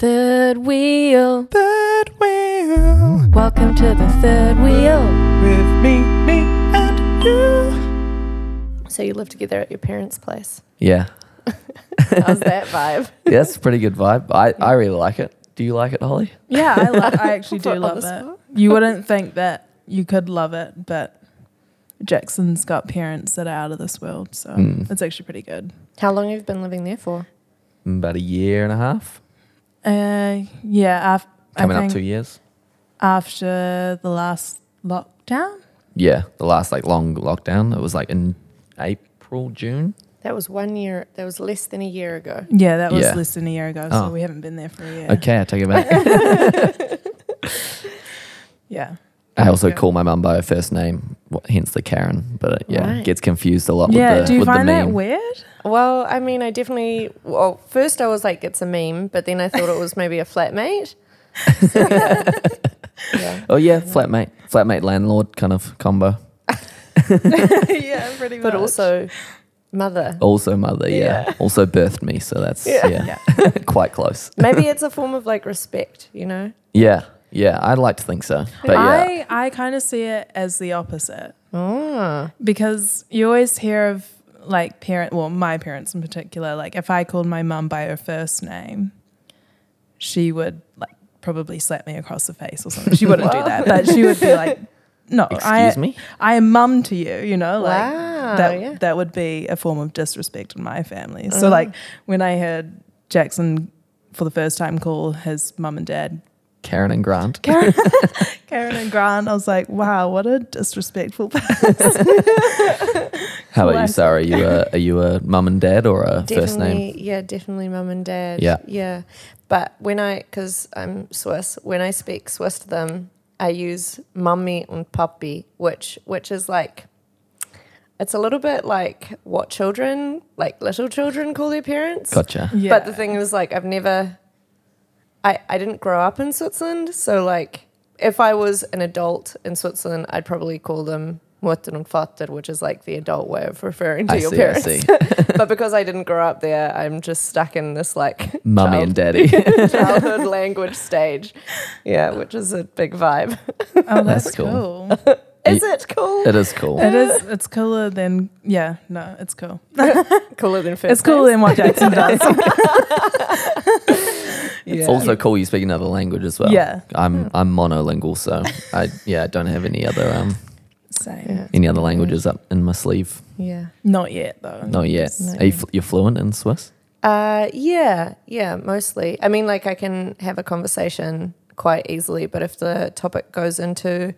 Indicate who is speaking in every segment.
Speaker 1: third wheel.
Speaker 2: Third wheel
Speaker 1: Welcome to the third wheel.
Speaker 2: with me, me and you.
Speaker 1: So you live together at your parents' place.
Speaker 3: Yeah.
Speaker 1: How's that vibe?
Speaker 3: Yeah, that's a pretty good vibe. I, I really like it. Do you like it, Holly?
Speaker 4: Yeah, I, lo- I actually do
Speaker 1: Put on
Speaker 4: love
Speaker 1: the
Speaker 4: it. You wouldn't think that you could love it, but Jackson's got parents that are out of this world, so
Speaker 3: Mm.
Speaker 4: it's actually pretty good.
Speaker 1: How long have you been living there for?
Speaker 3: Mm, About a year and a half.
Speaker 4: Uh, yeah, af-
Speaker 3: Coming
Speaker 4: I
Speaker 3: up
Speaker 4: think
Speaker 3: two years.
Speaker 4: after the last lockdown,
Speaker 3: Yeah. The last like long lockdown. It was like in April, June.
Speaker 1: That was one year. That was less than a year ago.
Speaker 4: yeah, that was
Speaker 3: Yeah.
Speaker 4: less than a year ago,
Speaker 3: Oh.
Speaker 4: so we haven't been there for a year.
Speaker 3: Okay, I take it back.
Speaker 4: Yeah,
Speaker 3: I also
Speaker 4: Yeah.
Speaker 3: call my mum by her first name, wh- hence the Karen. But it, yeah,
Speaker 1: Right.
Speaker 3: gets confused a lot
Speaker 4: yeah.
Speaker 3: with the
Speaker 4: do you
Speaker 3: with
Speaker 4: find
Speaker 3: the
Speaker 4: that
Speaker 3: meme.
Speaker 4: weird?
Speaker 1: Well, I mean, I definitely. Well, first I was like, it's a meme, but then I thought it was maybe a flatmate. So, yeah. yeah.
Speaker 3: oh yeah, flatmate, flatmate, landlord kind of combo.
Speaker 4: yeah, pretty
Speaker 1: But also, mother.
Speaker 3: Also mother, yeah. Also birthed me, so that's
Speaker 1: Yeah.
Speaker 3: yeah, quite close.
Speaker 1: Maybe it's a form of like respect, you know?
Speaker 3: Yeah, yeah. I'd like to think so, but yeah,
Speaker 4: I I kind of see it as the opposite.
Speaker 1: Ah.
Speaker 4: because you always hear of like parent well my parents in particular like if i called my mum by her first name she would like probably slap me across the face or something she wouldn't do that but she would be like no I,
Speaker 3: excuse me.
Speaker 4: I am mum to you you know like
Speaker 1: Wow,
Speaker 4: that
Speaker 1: yeah.
Speaker 4: that would be a form of disrespect in my family
Speaker 3: Uh-huh.
Speaker 4: so like when i heard jackson for the first time call his mum and dad
Speaker 3: Karen and Grant.
Speaker 4: Karen, Karen and Grant. I was like, wow, what a disrespectful
Speaker 3: How about you?
Speaker 4: Classic.
Speaker 3: Sarah? Are you a are you a mum and dad or a first name?
Speaker 1: Definitely, yeah, definitely mum and dad.
Speaker 3: Yeah.
Speaker 1: Yeah. But when I, because I'm Swiss, when I speak Swiss to them, I use mummy and puppy, which which is like, it's a little bit like what children, like little children, call their parents.
Speaker 3: Gotcha.
Speaker 4: Yeah.
Speaker 1: But the thing is, like, I've never, I I didn't grow up in Switzerland, so like, if I was an adult in Switzerland, I'd probably call them Mutter und Vater, which is like the adult way of referring to
Speaker 3: I
Speaker 1: your
Speaker 3: see.
Speaker 1: parents
Speaker 3: I see.
Speaker 1: but because I didn't grow up there, I'm just stuck in this like
Speaker 3: Mummy and daddy.
Speaker 1: child- childhood language stage. Yeah, which is a big vibe.
Speaker 4: Oh,
Speaker 3: That's
Speaker 4: that's,
Speaker 3: cool.
Speaker 4: cool.
Speaker 1: Is it cool?
Speaker 3: it is cool.
Speaker 4: it is. It's cooler than yeah. No, it's cool.
Speaker 3: Uh,
Speaker 1: Cooler than first.
Speaker 4: It's cooler than what Jackson does.
Speaker 3: It's also cool you speak another language as well.
Speaker 4: Yeah.
Speaker 3: I'm I'm monolingual, so I yeah I don't have any other um
Speaker 4: Same.
Speaker 1: Yeah.
Speaker 3: any other languages up in my sleeve.
Speaker 1: Yeah.
Speaker 4: Not yet though.
Speaker 3: Not yet.
Speaker 1: Not
Speaker 3: Are you
Speaker 1: yet.
Speaker 3: fl- you're fluent in Swiss?
Speaker 1: Uh, yeah, yeah, mostly. I mean, like I can have a conversation quite easily, but if the topic goes into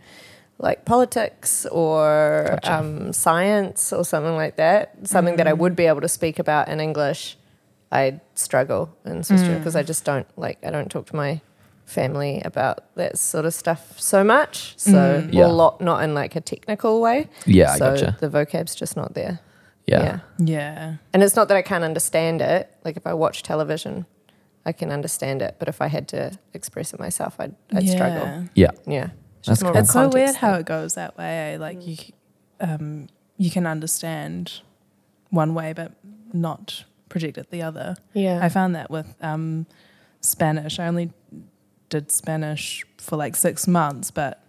Speaker 1: like politics or um, science or something like that, something that I
Speaker 3: Mm.
Speaker 1: would be able to speak about in English, I struggle in
Speaker 3: Mm.
Speaker 1: Switzerland because I just don't like I don't talk to my family about that sort of stuff so much. So
Speaker 3: Mm. Yeah.
Speaker 1: a lot not in like a technical way.
Speaker 3: Yeah,
Speaker 1: so
Speaker 3: I gotcha.
Speaker 1: the vocab's just not there.
Speaker 3: Yeah.
Speaker 4: Yeah.
Speaker 1: And it's not that I can't understand it. Like if I watch television, I can understand it. But if I had to express it myself, I'd, I'd
Speaker 4: yeah.
Speaker 1: struggle. Yeah. It's
Speaker 3: That's
Speaker 1: just more of a
Speaker 4: It's so weird
Speaker 1: context
Speaker 4: how
Speaker 1: thing.
Speaker 4: it goes that way. eh? Like you, c- um, you can understand one way, but not project it the other.
Speaker 1: Yeah.
Speaker 4: I found that with um, Spanish. I only did Spanish for like six months, but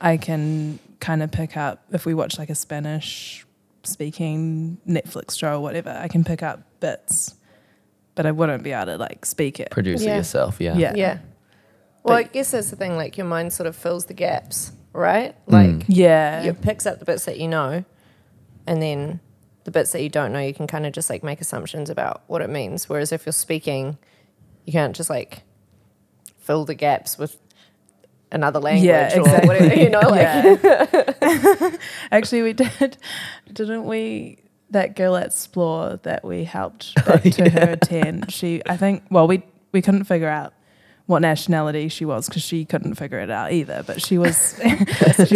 Speaker 4: I can kind of pick up if we watch like a Spanish speaking Netflix show or whatever, I can pick up bits, but I wouldn't be able to like speak it.
Speaker 3: Produce it
Speaker 1: Yeah.
Speaker 3: yourself. Yeah.
Speaker 4: Yeah.
Speaker 1: yeah. Well, I
Speaker 4: But-
Speaker 1: guess that's the thing. Like your mind sort of fills the gaps, right?
Speaker 4: Mm.
Speaker 1: Like
Speaker 4: Yeah.
Speaker 1: it picks up the bits that you know, and then the bits that you don't know, you can kind of just like make assumptions about what it means. Whereas if you're speaking, you can't just like fill the gaps with another language or whatever. You know, like
Speaker 4: Yeah. Actually, we did, didn't we? That girl at Splore that we helped
Speaker 3: Oh,
Speaker 4: back to her tent. She, I think, well, we we couldn't figure out what nationality she was because she couldn't figure it out either. But she was she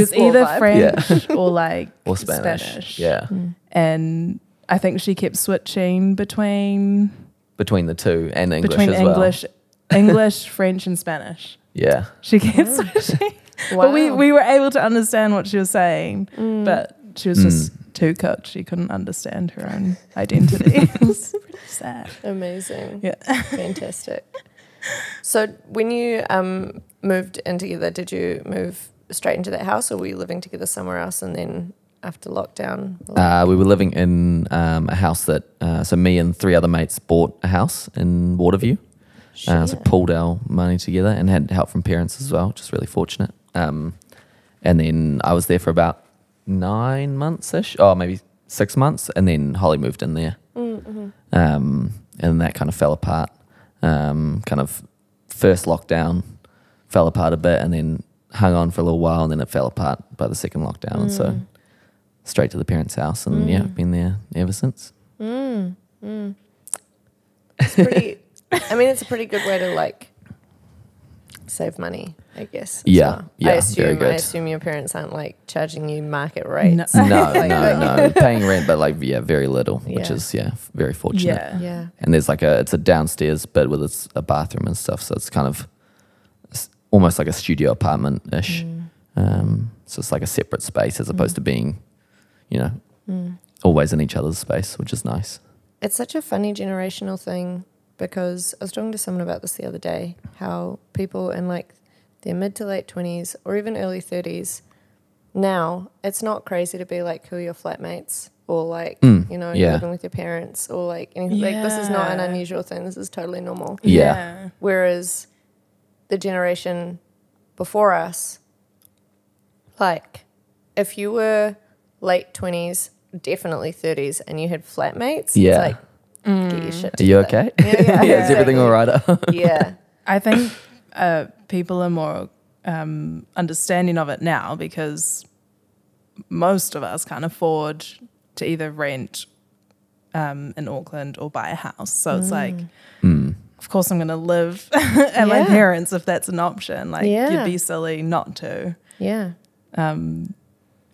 Speaker 4: was
Speaker 1: Splore
Speaker 4: either
Speaker 1: vibe.
Speaker 4: French or like
Speaker 3: Or Spanish. Yeah.
Speaker 4: and I think she kept switching between
Speaker 3: Between the two and English
Speaker 4: between
Speaker 3: as
Speaker 4: English, English, French, and Spanish.
Speaker 3: well. Yeah.
Speaker 4: She kept
Speaker 3: Mm.
Speaker 4: switching. But we,
Speaker 1: Wow.
Speaker 4: we were able to understand what she was saying,
Speaker 1: Mm.
Speaker 4: but she was just
Speaker 3: Mm.
Speaker 4: too cooked. She couldn't understand her own identity. it was pretty sad.
Speaker 1: Amazing.
Speaker 4: Yeah.
Speaker 1: Fantastic. So when you um, moved in together, did you move straight into that house, or were you living together somewhere else? And then after lockdown,
Speaker 3: Uh, we were living in um, a house that, uh, so me and three other mates bought a house in Waterview. Uh, so
Speaker 1: shit.
Speaker 3: pulled our money together and had help from parents as well, which is really fortunate. Um, and then I was there for about nine months ish, or maybe six months, and then Holly moved in there, um, and that kind of fell apart. Um, kind of first lockdown fell apart a bit, and then hung on for a little while, and then it fell apart by the second lockdown. And so straight to the parents' house, and yeah, been there ever since.
Speaker 1: it's pretty. I mean, it's a pretty good way to like save money, I guess. as
Speaker 3: Yeah,
Speaker 1: well.
Speaker 3: yeah,
Speaker 1: I
Speaker 3: very
Speaker 1: assume I
Speaker 3: good.
Speaker 1: assume your parents aren't like charging you market rates.
Speaker 3: No,
Speaker 1: Like,
Speaker 3: no, no. Paying rent, but like yeah, very little, which
Speaker 1: Yeah.
Speaker 3: is yeah, f- very fortunate.
Speaker 4: Yeah.
Speaker 1: Yeah.
Speaker 3: And there's like a it's a downstairs bit with it's a bathroom and stuff, so it's kind of s almost like a studio apartment ish.
Speaker 1: Mm.
Speaker 3: Um, so it's like a separate space as opposed to being, you know,
Speaker 1: Mm.
Speaker 3: always in each other's space, which is nice.
Speaker 1: It's such a funny generational thing because I was talking to someone about this the other day how people in like their mid to late 20s or even early 30s now it's not crazy to be like who are your flatmates or like
Speaker 3: Mm,
Speaker 1: you know
Speaker 3: yeah.
Speaker 1: you're living with your parents or like anything like this is not an
Speaker 4: Yeah.
Speaker 1: unusual thing this is totally normal
Speaker 3: Yeah.
Speaker 1: whereas the generation before us like if you were late 20s definitely 30s and you had flatmates
Speaker 3: Yeah.
Speaker 1: it's like get your shit
Speaker 3: Are you
Speaker 1: together.
Speaker 3: okay?
Speaker 1: Yeah, yeah,
Speaker 3: yeah, is everything all right?
Speaker 1: Yeah.
Speaker 4: I think uh, people are more um, understanding of it now because most of us can't afford to either rent um, in Auckland or buy a house. So it's like,
Speaker 3: Mm,
Speaker 4: of course, I'm going to live at my
Speaker 1: Mm. Yeah.
Speaker 4: parents if that's an option. Like,
Speaker 1: Yeah.
Speaker 4: you'd be silly not to.
Speaker 1: Yeah.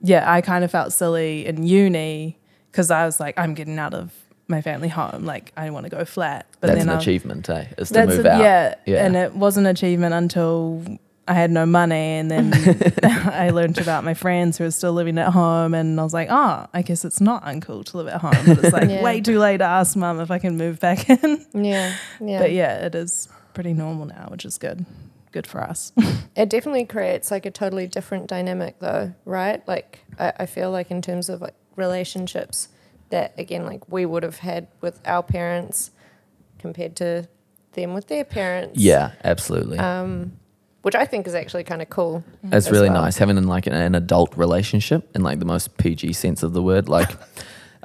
Speaker 4: Yeah, I kind of felt silly in uni because I was like, I'm getting out of my family home. Like, I want to go flat. But
Speaker 3: That's an
Speaker 4: I-
Speaker 3: achievement, eh? Is to
Speaker 4: That's
Speaker 3: move
Speaker 4: a-
Speaker 3: out.
Speaker 4: Yeah,
Speaker 3: Yeah.
Speaker 4: and it was an achievement until I had no money, and then I learned about my friends who are still living at home, and I was like, oh, I guess it's not uncool to live at home. But it's like
Speaker 1: Yeah.
Speaker 4: way too late to ask mum if I can move back in.
Speaker 1: Yeah. Yeah.
Speaker 4: But yeah, it is pretty normal now, which is good. Good for us.
Speaker 1: It definitely creates like a totally different dynamic though, right? Like I, I feel like in terms of like relationships that again like we would have had with our parents compared to them with their parents.
Speaker 3: Yeah, absolutely.
Speaker 1: Um, Which I think is actually kind of cool.
Speaker 3: It's
Speaker 1: as
Speaker 3: really
Speaker 1: well.
Speaker 3: nice having like an, an adult relationship in like the most PG sense of the word. Like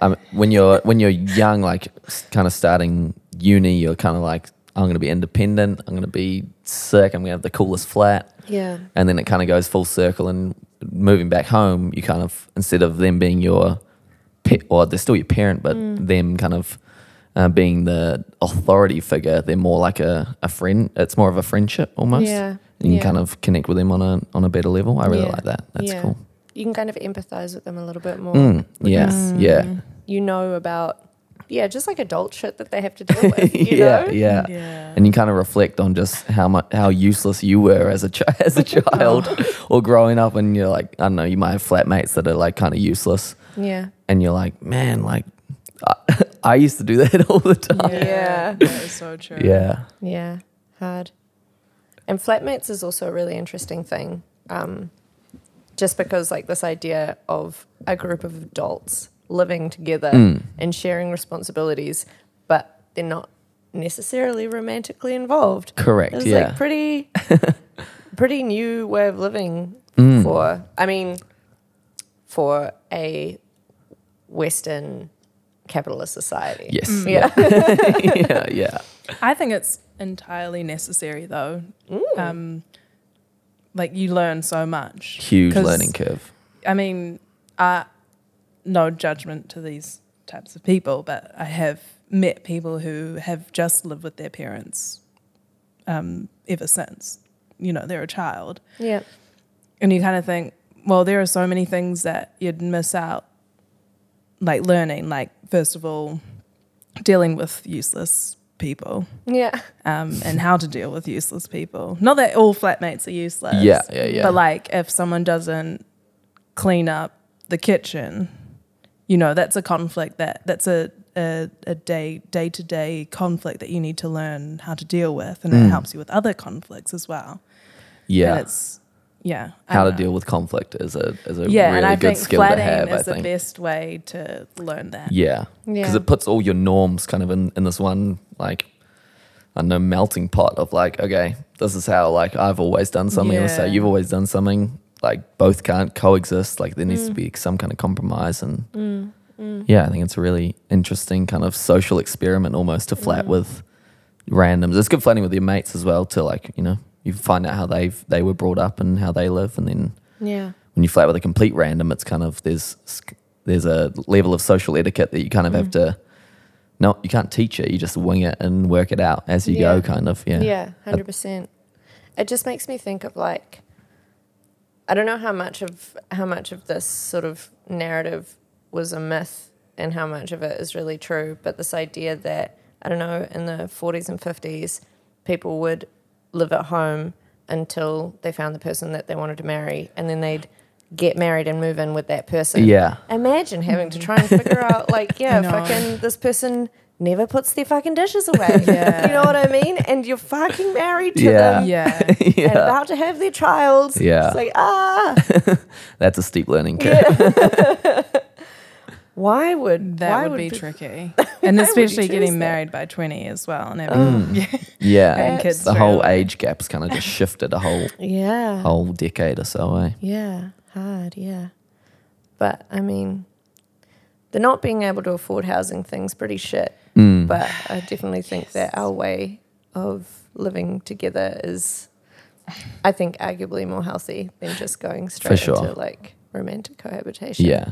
Speaker 3: um, when you're when you're young, like kind of starting uni, you're kind of like I'm going to be independent. I'm going to be sick. I'm going to have the coolest flat.
Speaker 1: Yeah.
Speaker 3: And then it kind of goes full circle. And moving back home, you kind of instead of them being your pet, or they're still your parent, but them kind of uh, being the authority figure, they're more like a, a friend. It's more of a friendship almost.
Speaker 1: Yeah,
Speaker 3: You can
Speaker 1: yeah.
Speaker 3: kind of connect with them on a on a better level. I really
Speaker 1: Yeah,
Speaker 3: like that. That's
Speaker 1: yeah.
Speaker 3: cool.
Speaker 1: You can kind of empathize with them a little bit more.
Speaker 3: Mm, yeah, yeah,
Speaker 1: You know about yeah, just like adult shit that they have to deal with. You
Speaker 3: yeah,
Speaker 1: know?
Speaker 3: yeah,
Speaker 4: Yeah.
Speaker 3: And you kind of reflect on just how much how useless you were as a chi- as
Speaker 1: Oh.
Speaker 3: a child or growing up, and you're like, I don't know, you might have flatmates that are like kind of useless,
Speaker 1: Yeah.
Speaker 3: and you're like, man, like I, I used to do that all the time.
Speaker 1: Yeah.
Speaker 4: That is so true.
Speaker 3: Yeah,
Speaker 1: Yeah, hard. And flatmates is also a really interesting thing. Um, just because, like, this idea of a group of adults living together
Speaker 3: Mm.
Speaker 1: and sharing responsibilities, but they're not necessarily romantically involved.
Speaker 3: correct.
Speaker 1: It's
Speaker 3: yeah,
Speaker 1: like pretty, pretty new way of living
Speaker 3: Hmm. Mm.
Speaker 1: for. I mean, for a Western capitalist society.
Speaker 3: yes,
Speaker 1: Mm. Yeah.
Speaker 3: yeah, yeah.
Speaker 4: I think it's entirely necessary though. Um, like you learn so much.
Speaker 3: Huge
Speaker 4: 'Cause
Speaker 3: learning curve.
Speaker 4: I mean, I no judgment to these types of people, but I have met people who have just lived with their parents um, ever since. You know, they're a child,
Speaker 1: yeah.
Speaker 4: and you kind of think, well, there are so many things that you'd miss out, like learning. Like first of all, dealing with useless people
Speaker 1: Yeah.
Speaker 4: um, and how to deal with useless people. Not that all flatmates are useless.
Speaker 3: Yeah, yeah, yeah.
Speaker 4: But like, if someone doesn't clean up the kitchen, you know, that's a conflict that that's a, a a, a day day to day conflict that you need to learn how to deal with, and it
Speaker 3: Mm.
Speaker 4: helps you with other conflicts as well. and
Speaker 3: Yeah.
Speaker 4: it's yeah. I
Speaker 3: How to
Speaker 4: don't know.
Speaker 3: deal with conflict is a is a
Speaker 4: yeah,
Speaker 3: really
Speaker 4: and I
Speaker 3: good
Speaker 4: think
Speaker 3: skill to
Speaker 4: flattening
Speaker 3: have. I
Speaker 4: is the
Speaker 3: think.
Speaker 4: best way to learn that.
Speaker 3: Yeah. Because
Speaker 1: Yeah.
Speaker 3: it puts all your norms kind of in, in this one, like, I don't know, melting pot of like, okay, this is how, like, I've always done something. This is how
Speaker 4: Yeah.
Speaker 3: you've always done something. Like, both can't coexist. Like, there needs
Speaker 4: Mm.
Speaker 3: to be some kind of compromise. And yeah, I think it's a really interesting kind of social experiment almost to flat
Speaker 4: Mm.
Speaker 3: with randoms. It's good flatting with your mates as well to, like, you know, you find out how they've, they were brought up and how they live. And then
Speaker 1: Yeah.
Speaker 3: when you flat with a complete random, it's kind of there's there's a level of social etiquette that you kind of
Speaker 1: Mm.
Speaker 3: have to. No, you can't teach it. You just wing it and work it out as you
Speaker 1: Yeah.
Speaker 3: go, kind of. Yeah.
Speaker 1: Yeah, hundred percent. It just makes me think of like, I don't know how much of how much of this sort of narrative was a myth and how much of it is really true. But this idea that I don't know in the forties and fifties, people would live at home until they found the person that they wanted to marry, and then they'd get married and move in with that person.
Speaker 3: Yeah.
Speaker 1: Imagine having to try and figure out, like, yeah,
Speaker 4: know.
Speaker 1: fucking this person never puts their fucking dishes away.
Speaker 4: Yeah.
Speaker 1: You know what I mean? And you're fucking married to
Speaker 3: Yeah.
Speaker 1: them
Speaker 4: Yeah.
Speaker 1: and
Speaker 3: yeah.
Speaker 1: about to have their child.
Speaker 3: Yeah.
Speaker 1: It's like, ah.
Speaker 3: That's a steep learning curve.
Speaker 1: Why would
Speaker 4: That
Speaker 1: why
Speaker 4: would, be
Speaker 1: pe-
Speaker 4: tricky, and
Speaker 1: Why would you
Speaker 4: especially
Speaker 1: choose
Speaker 4: getting
Speaker 1: that?
Speaker 4: married by twenty as well,
Speaker 3: Mm.
Speaker 4: and having yeah,
Speaker 3: Yeah.
Speaker 4: and kids.
Speaker 3: The
Speaker 4: straight
Speaker 3: whole
Speaker 4: away.
Speaker 3: age gap's kind of just shifted a whole
Speaker 1: Yeah.
Speaker 3: whole decade or so. Eh?
Speaker 1: Yeah. Hard. Yeah. But I mean, the not being able to afford housing thing's pretty shit.
Speaker 3: Mm.
Speaker 1: But I definitely think that our way of living together is, I think, arguably more healthy than just going straight
Speaker 3: sure.
Speaker 1: into like romantic cohabitation.
Speaker 3: yeah.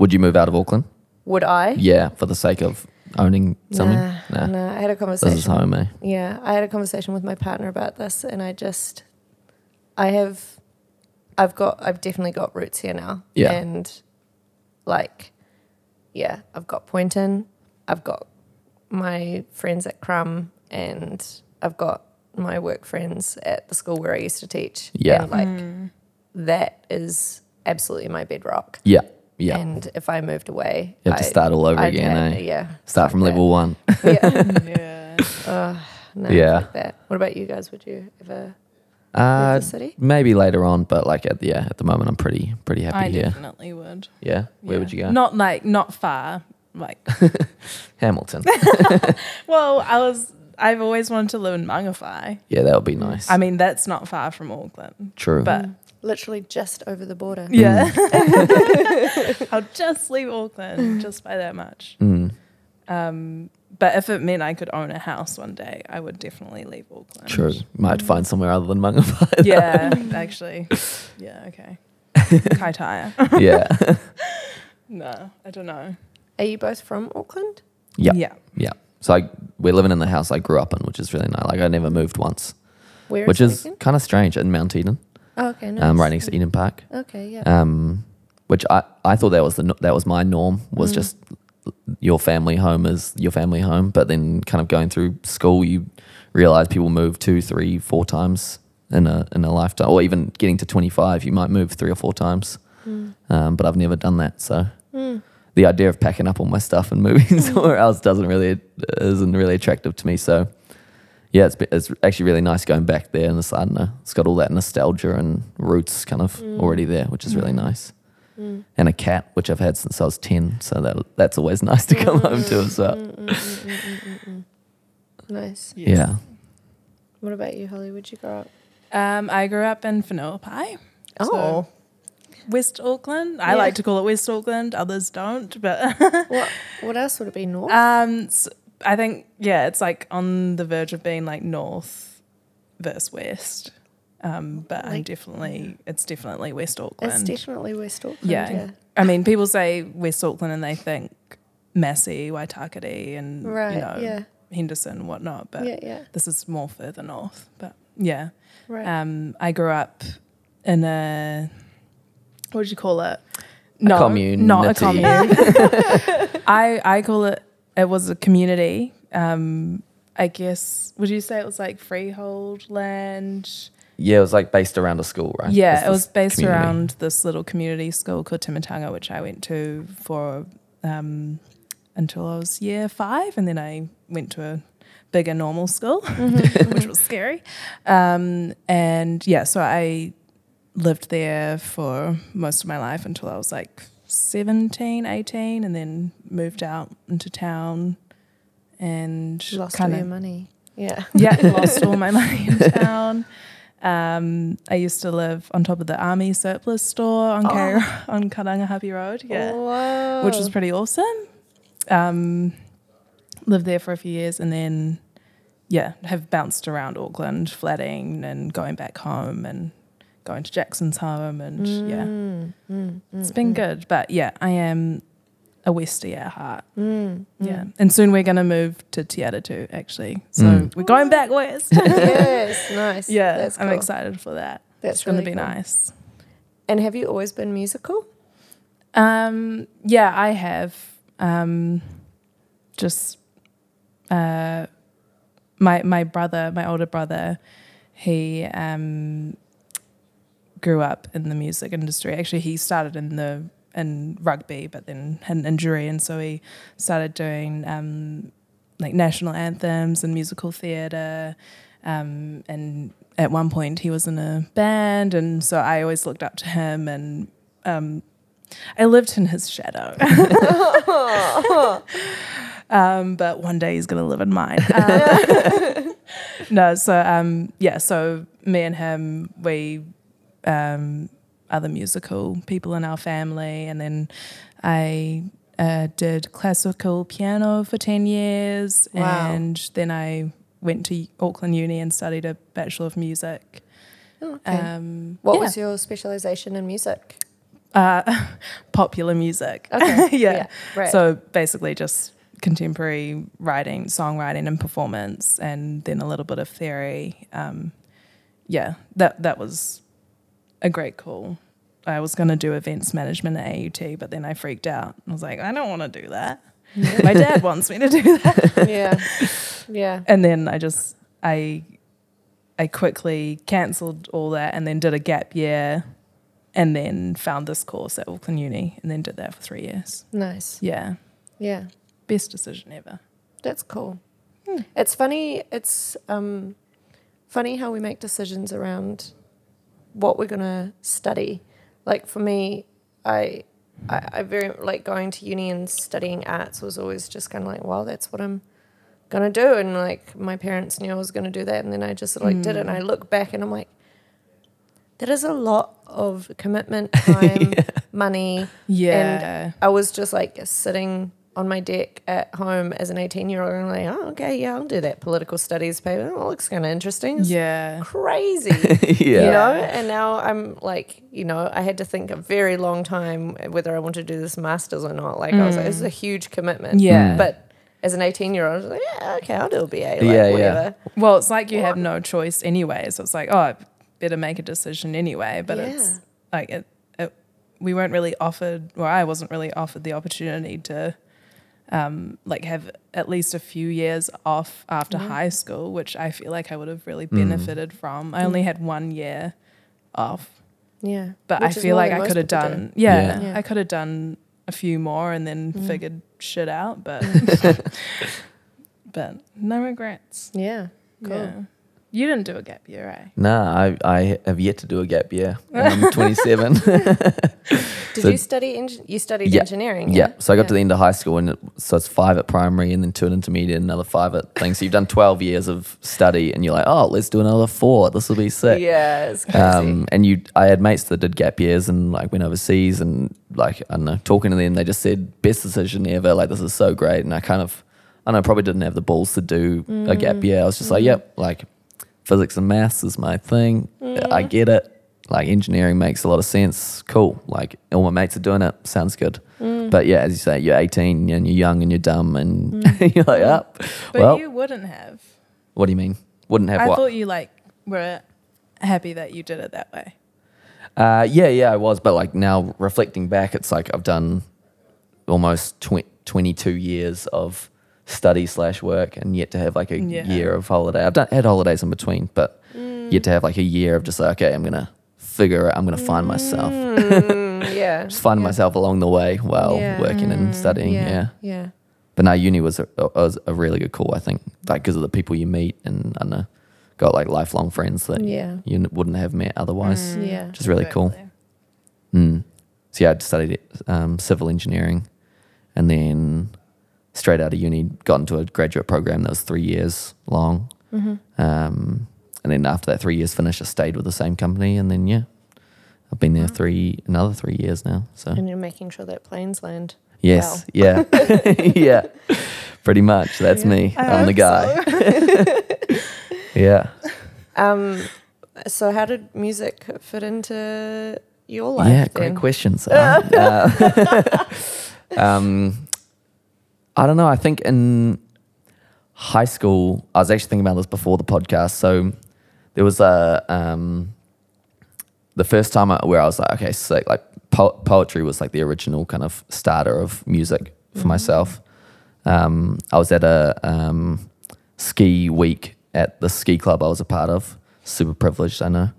Speaker 3: Would you move out of Auckland?
Speaker 1: Would I?
Speaker 3: Yeah, for the sake of owning something.
Speaker 1: Nah,
Speaker 3: Nah.
Speaker 1: nah, I had a
Speaker 3: This is
Speaker 1: conversation.
Speaker 3: home, eh?
Speaker 1: Yeah, I had a conversation with my partner about this, and I just, I have, I've got, I've definitely got roots here now.
Speaker 3: Yeah.
Speaker 1: And like, yeah, I've got Poynton, I've got my friends at Crum, and I've got my work friends at the school where I used to teach.
Speaker 3: Yeah.
Speaker 1: And like, that is absolutely my bedrock.
Speaker 3: Yeah. Yeah.
Speaker 1: And if I moved away,
Speaker 3: you have to
Speaker 1: I-
Speaker 3: start all over
Speaker 1: I'd
Speaker 3: again,
Speaker 1: have-
Speaker 3: eh?
Speaker 1: Yeah.
Speaker 3: Start from
Speaker 1: that.
Speaker 3: level one.
Speaker 1: Yeah.
Speaker 4: yeah.
Speaker 1: No,
Speaker 3: Yeah.
Speaker 1: fuck that. What about you guys? Would you ever
Speaker 3: Uh,
Speaker 1: leave the city?
Speaker 3: Maybe later on, but like at yeah, at the moment I'm pretty pretty happy
Speaker 4: I
Speaker 3: here.
Speaker 4: definitely would.
Speaker 3: Yeah, where
Speaker 4: Yeah.
Speaker 3: would you go?
Speaker 4: Not like not far. Like
Speaker 3: Hamilton.
Speaker 4: well, I was I've always wanted to live in Mangawhai.
Speaker 3: yeah, that would be nice.
Speaker 4: I mean, that's not far from Auckland.
Speaker 3: True.
Speaker 4: Mm. But
Speaker 1: Literally just over the
Speaker 3: Mm.
Speaker 1: border.
Speaker 4: yeah. I'll just leave Auckland just by that much.
Speaker 3: Mm,
Speaker 4: Um but if it meant I could own a house one day, I would definitely leave Auckland.
Speaker 3: true. Might find somewhere other than Mangawhai.
Speaker 4: Yeah, actually. Yeah, okay. Kaitaia.
Speaker 3: yeah.
Speaker 4: No, I don't know.
Speaker 1: Are you both from Auckland?
Speaker 3: Yeah.
Speaker 4: Yeah.
Speaker 3: Yeah. So I, we're living in the house I grew up in, which is really nice. Like I never moved once,
Speaker 1: Where
Speaker 3: which
Speaker 1: it
Speaker 3: is
Speaker 1: again?
Speaker 3: kind of strange in Mount Eden,
Speaker 1: Oh, okay. Nice.
Speaker 3: um, right next to Eden Park.
Speaker 1: Okay, yeah.
Speaker 3: Um, which I, I thought that was the no- that was my norm was just your family home is your family home, but then kind of going through school, you realize people move two, three, four times in a in a lifetime, or even getting to twenty five, you might move three or four times. Um, but I've never done that, so
Speaker 4: Hmm.
Speaker 3: the idea of packing up all my stuff and moving somewhere else doesn't really isn't really attractive to me. So yeah, it's, be- it's actually really nice going back there and it's, I don't know, it's got all that nostalgia and roots kind of
Speaker 4: Hmm.
Speaker 3: already there, which is really nice. And a cat, which I've had since I was 10. So that, that's always nice to come home to as well.
Speaker 4: Hmm.
Speaker 1: nice.
Speaker 3: Yeah.
Speaker 1: What about you, Holly? Would you grow up?
Speaker 4: Um, I grew up in Fanoapai. So- West Auckland.
Speaker 1: Oh.
Speaker 4: I
Speaker 1: Yeah.
Speaker 4: like to call it West Auckland. Others don't, but
Speaker 1: what, what else would it be? North?
Speaker 4: um, s I I think yeah, it's like on the verge of being like north versus west. Um, but I'm
Speaker 1: Like-
Speaker 4: definitely it's definitely West
Speaker 1: it's
Speaker 4: Auckland.
Speaker 1: definitely West Auckland.
Speaker 4: yeah. I mean, people say West Auckland and they think Massey, Waitakere, and
Speaker 1: Right.
Speaker 4: you know
Speaker 1: yeah.
Speaker 4: Henderson, whatnot. But
Speaker 1: yeah. Yeah.
Speaker 4: this is more further north. But yeah,
Speaker 1: Right.
Speaker 4: um, I grew up in a what do you call it?
Speaker 3: commune,
Speaker 4: not a
Speaker 3: nutty.
Speaker 4: commune. I I call it. It was a community. Um, I guess. Would you say it was like freehold land?
Speaker 3: Yeah, it was like based around a school, right?
Speaker 4: Yeah, it
Speaker 3: this
Speaker 4: was based
Speaker 3: community.
Speaker 4: around this little community school called Timatanga, which I went to for um, until I was year five, and then I went to a bigger normal school, which was scary. Um, and yeah, so I lived there for most of my life until I was like 17, 18, and then moved out into town and
Speaker 1: Lost all
Speaker 4: kind
Speaker 1: your
Speaker 4: of
Speaker 1: money. Yeah.
Speaker 4: yeah, lost all my money in town. Um, I used to live on top of the army surplus store on Kaira- on Karangahape Road, yeah,
Speaker 1: Whoa.
Speaker 4: which was pretty awesome. Um, lived there for a few years and then, yeah, have bounced around Auckland, flatting and going back home and going to Jackson's home and yeah,
Speaker 1: Mm,
Speaker 4: it's been good. But yeah, I am a Westie at heart.
Speaker 1: Mm,
Speaker 4: Yeah, and soon we're gonna move to Te Aratu actually, so
Speaker 3: Mm.
Speaker 4: we're going back west.
Speaker 1: yes, nice.
Speaker 4: yeah,
Speaker 1: that's cool.
Speaker 4: I'm excited for that.
Speaker 1: That's
Speaker 4: it's gonna
Speaker 1: really
Speaker 4: be
Speaker 1: cool.
Speaker 4: nice.
Speaker 1: And have you always been musical?
Speaker 4: Um, yeah, I have. Um, just uh, my my brother, my older brother, he um, grew up in the music industry. Actually, he started in the in rugby, but then had an injury, and so he started doing um, like national anthems and musical theatre. Um, and at one point, he was in a band, and so I always looked up to him and. Um, I lived in his shadow. um, but one day he's going to live in mine.
Speaker 1: Uh.
Speaker 4: Um, no, so um, yeah, so me and him, we um, are the musical people in our family. And then I uh, did classical piano for 10 years.
Speaker 1: Wow.
Speaker 4: And then I went to Auckland Uni and studied a Bachelor of Music. Um,
Speaker 1: What
Speaker 4: yeah.
Speaker 1: was your specialization in music?
Speaker 4: uh, popular music?
Speaker 1: Okay,
Speaker 4: yeah.
Speaker 1: yeah, right.
Speaker 4: So basically, just contemporary writing, songwriting, and performance, and then a little bit of theory. Um, yeah, that that was a great call. I was going to do events management at AUT, but then I freaked out. I was like, I don't want to do that. My dad wants me to do that
Speaker 1: yeah. Yeah.
Speaker 4: and then I just I I quickly cancelled all that and then did a gap year and then found this course at Auckland Uni and then did that for three years.
Speaker 1: Nice.
Speaker 4: Yeah.
Speaker 1: Yeah.
Speaker 4: Best decision ever.
Speaker 1: That's cool. It's funny. It's um, funny how we make decisions around what we're gonna study. Like for me, I, I, I very like going to uni and studying arts was always just kind of like, well, that's what I'm gonna do, and like my parents knew I was gonna do that, and then I just like did it, and I look back and I'm like, that is a lot of commitment, time, money.
Speaker 4: Yeah.
Speaker 1: And I was just like sitting on my deck at home as an 18 year old and I'm like, oh, okay, yeah, I'll do that political studies paper. That looks kind of
Speaker 4: uh,
Speaker 1: interesting. It's
Speaker 4: yeah.
Speaker 1: Crazy.
Speaker 3: yeah.
Speaker 1: You know, and now I'm like, you know, I had to think a very long time whether I wanted to do this master's or not. Like, I was like, this is a huge commitment.
Speaker 4: Yeah. Mm.
Speaker 1: But as an 18 year old, I was like, yeah, okay, I'll do a BA. Like,
Speaker 3: Yeah, yeah.
Speaker 1: whatever.
Speaker 4: Well, it's like you have no choice anyway. So it's like, oh, I better make a decision anyway. But
Speaker 1: Yeah.
Speaker 4: it's like it, it, we weren't really offered, or I wasn't really offered the opportunity to um, like have at least a few years off after
Speaker 1: Mm-hmm.
Speaker 4: high school, which I feel like I would have really benefited from. I only had one year off,
Speaker 1: Yeah. Mm.
Speaker 4: but
Speaker 1: Which
Speaker 4: I
Speaker 1: is
Speaker 4: feel
Speaker 1: more
Speaker 4: like
Speaker 1: than
Speaker 4: I
Speaker 1: most
Speaker 4: could have
Speaker 1: people do.
Speaker 4: done, yeah,
Speaker 1: Yeah. Yeah. Mm.
Speaker 4: I could have done a few more and then figured shit out. But but no regrets.
Speaker 1: Yeah. Cool.
Speaker 4: Yeah. You didn't do a gap year, right?
Speaker 3: Nah, I, I have yet to do a gap year. and I'm 27.
Speaker 1: Did
Speaker 3: So-
Speaker 1: you study, eng- you studied
Speaker 3: Yeah.
Speaker 1: engineering?
Speaker 3: yeah. So I got to the
Speaker 1: Yeah.
Speaker 3: end of high school, and it, so it's five at primary, and then two at intermediate, and another five at things. So you've done 12 years of study, and you're like, oh, let's do another four. This will be sick.
Speaker 1: Yeah, it's crazy.
Speaker 3: Um, and you, I had mates that did gap years and like went overseas and like I don't know, talking to them, they just said best decision ever. Like this is so great, and I kind of, I don't know, probably didn't have the balls to do a
Speaker 4: Mm.
Speaker 3: gap year. I was just like, yep, like physics and maths is my thing.
Speaker 4: Mm.
Speaker 3: I get it. Like engineering makes a lot of sense. Cool. Like all my mates are doing it. Sounds good.
Speaker 4: Mm.
Speaker 3: But yeah, as you say, you're 18 and you're young and you're dumb and you're like, up.
Speaker 4: Mm. But
Speaker 3: well,
Speaker 4: you wouldn't have.
Speaker 3: what do you mean? Wouldn't have
Speaker 4: I
Speaker 3: what?
Speaker 4: thought you like were happy that you did it that way.
Speaker 3: Uh, yeah, yeah, I was. But like now reflecting back, it's like I've done almost tw- 22 years of study slash work and yet to have like a
Speaker 4: Yeah.
Speaker 3: year of holiday. I've done, had holidays in between, but
Speaker 1: Mm.
Speaker 3: yet to have like a year of just like, okay, I'm going to figure out, I'm going to find myself,
Speaker 1: Mm, yeah.
Speaker 3: just find myself along the way while
Speaker 1: Yeah.
Speaker 3: working and studying. Yeah.
Speaker 1: Yeah.
Speaker 3: But no, uni was a, was a really good call, I think, like because of the people you meet and I don't know, got like lifelong friends that
Speaker 1: Yeah.
Speaker 3: you n- wouldn't have met otherwise,
Speaker 1: Mm. Yeah.
Speaker 3: which is really cool. Mm. So yeah, I studied um, civil engineering, and then straight out of uni, got into a graduate program that was three years long.
Speaker 1: Mm-hmm.
Speaker 3: Um, and then after that three years finished, I stayed with the same company, and then yeah, I've been there three another three years now. So
Speaker 1: And you're making sure that planes land.
Speaker 3: yes, yeah, yeah, pretty much. That's me.
Speaker 4: I
Speaker 3: I'm the
Speaker 4: hope
Speaker 3: guy. yeah,
Speaker 1: Um, so how did music fit into your life?
Speaker 3: yeah. Great
Speaker 1: then?
Speaker 3: question, Sarah. Uh, um, I don't know. I think in high school, I was actually thinking about this before the podcast. So there was a um, the first time I, where I was like, okay, sick. Like po- poetry was like the original kind of starter of music for myself. Um, I was at a um, ski week at the ski club I was a part of. Super privileged, I know.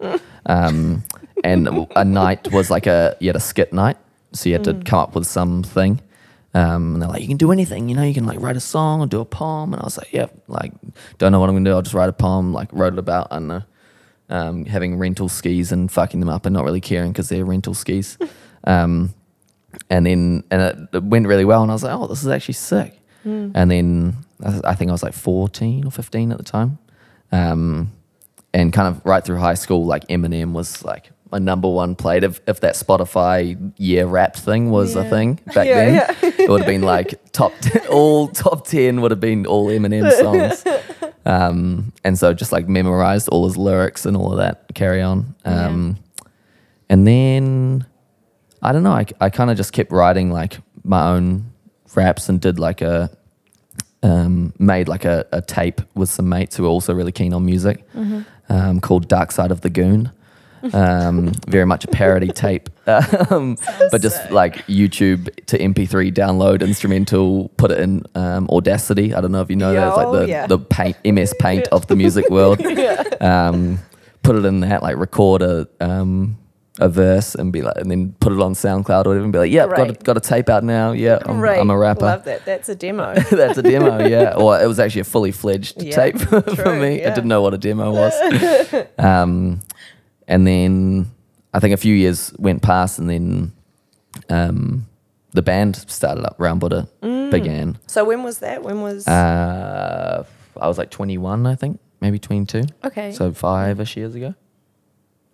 Speaker 3: um, and a night was like a you had a skit night, so you had to come up with something. Um, and they're like, you can do anything, you know, you can like write a song or do a poem. And I was like, yeah, like, don't know what I'm gonna do. I'll just write a poem, like, wrote it about, I don't know, um, having rental skis and fucking them up and not really caring because they're rental skis. um, and then, and it, it went really well. And I was like, oh, this is actually sick.
Speaker 1: Hmm.
Speaker 3: And then I, I think I was like 14 or 15 at the time. Um, and kind of right through high school, like Eminem was like my number one played. If, if that Spotify year rap thing was a
Speaker 4: Yeah.
Speaker 3: thing back
Speaker 1: Yeah,
Speaker 3: then,
Speaker 1: yeah.
Speaker 3: it would have been like top t- all top ten would have been all Eminem songs. Um, and so just like memorized all his lyrics and all of that. Carry on. Um, And then I don't know. I, I kind of just kept writing like my own raps and did like a um, made like a, a tape with some mates who were also really keen on music um, called Dark Side of the Goon. Um, very much a parody tape, um, but just like YouTube to MP3 download instrumental, put it in um, Audacity. I don't know if you know that. It's like
Speaker 1: Oh,
Speaker 3: the,
Speaker 1: yeah.
Speaker 3: the paint, MS Paint of the music world. Um, put it in that, like record a, um, a verse and be like, and then put it on SoundCloud or whatever and be like, yeah, got, a,
Speaker 1: Great.
Speaker 3: got a tape out now. Yeah, I'm,
Speaker 1: Right.
Speaker 3: I'm a rapper.
Speaker 1: Love that. That's a demo.
Speaker 3: That's a demo, yeah. Or it was actually a fully fledged
Speaker 1: Yeah,
Speaker 3: tape for
Speaker 1: true,
Speaker 3: me. I
Speaker 1: yeah.
Speaker 3: didn't know what a demo was. um, and then I think a few years went past, and then um, the band started up. Round Buddha
Speaker 1: Mm.
Speaker 3: began.
Speaker 1: so when was that? When was
Speaker 3: Uh, I was like 21, I think, maybe 22.
Speaker 1: okay?
Speaker 3: So five ish years ago.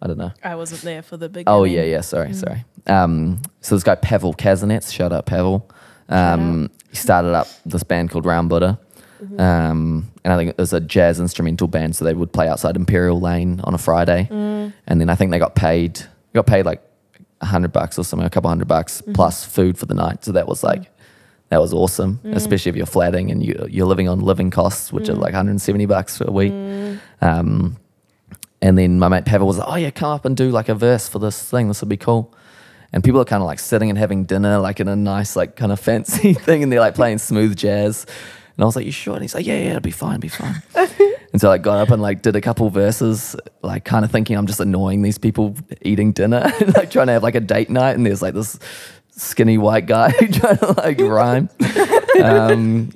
Speaker 3: I don't know.
Speaker 4: I wasn't there for the beginning.
Speaker 3: Oh yeah, yeah. Sorry, sorry. Um, so this guy Pavel Kazanets, shout out Pavel. Um, he started up this band called Round Buddha, um, and I think it was a jazz instrumental band. So they would play outside Imperial Lane on a Friday,
Speaker 1: Mm.
Speaker 3: and then I think they got paid. Got paid like a hundred bucks or something, a couple hundred bucks plus food for the night. So that was like. That was awesome, especially if you're flatting and you, you're living on living costs, which are like 170 bucks a week. Um, and then my mate Pavel was like, oh, yeah, come up and do like a verse for this thing. This would be cool. And people are kind of like sitting and having dinner, like in a nice, like kind of fancy thing. And they're like playing smooth jazz. And I was like, you sure? And he's like, yeah, yeah, it'll be fine, it'll be fine. and so I got up and like did a couple verses, like kind of thinking I'm just annoying these people eating dinner, like trying to have like a date night. And there's like this skinny white guy trying to like rhyme. Um,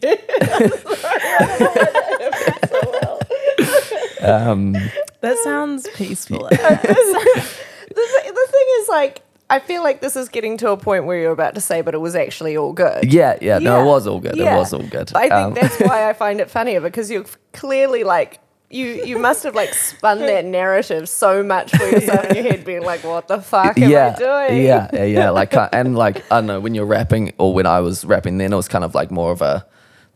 Speaker 3: um,
Speaker 4: That sounds peaceful.
Speaker 1: the, thi- the thing is, like, I feel like this is getting to a point where you're about to say, but it was actually all good.
Speaker 3: Yeah, yeah, no,
Speaker 1: Yeah.
Speaker 3: it was all good.
Speaker 1: Yeah.
Speaker 3: It was all good.
Speaker 1: But I think
Speaker 3: Um,
Speaker 1: that's why I find it funnier because you're clearly like. You, you must have like spun that narrative so much for yourself in your head, being like, "What the fuck am I doing?"
Speaker 3: Yeah, yeah, yeah. Like, uh, and like, I don't know, when you're rapping or when I was rapping then, it was kind of like more of a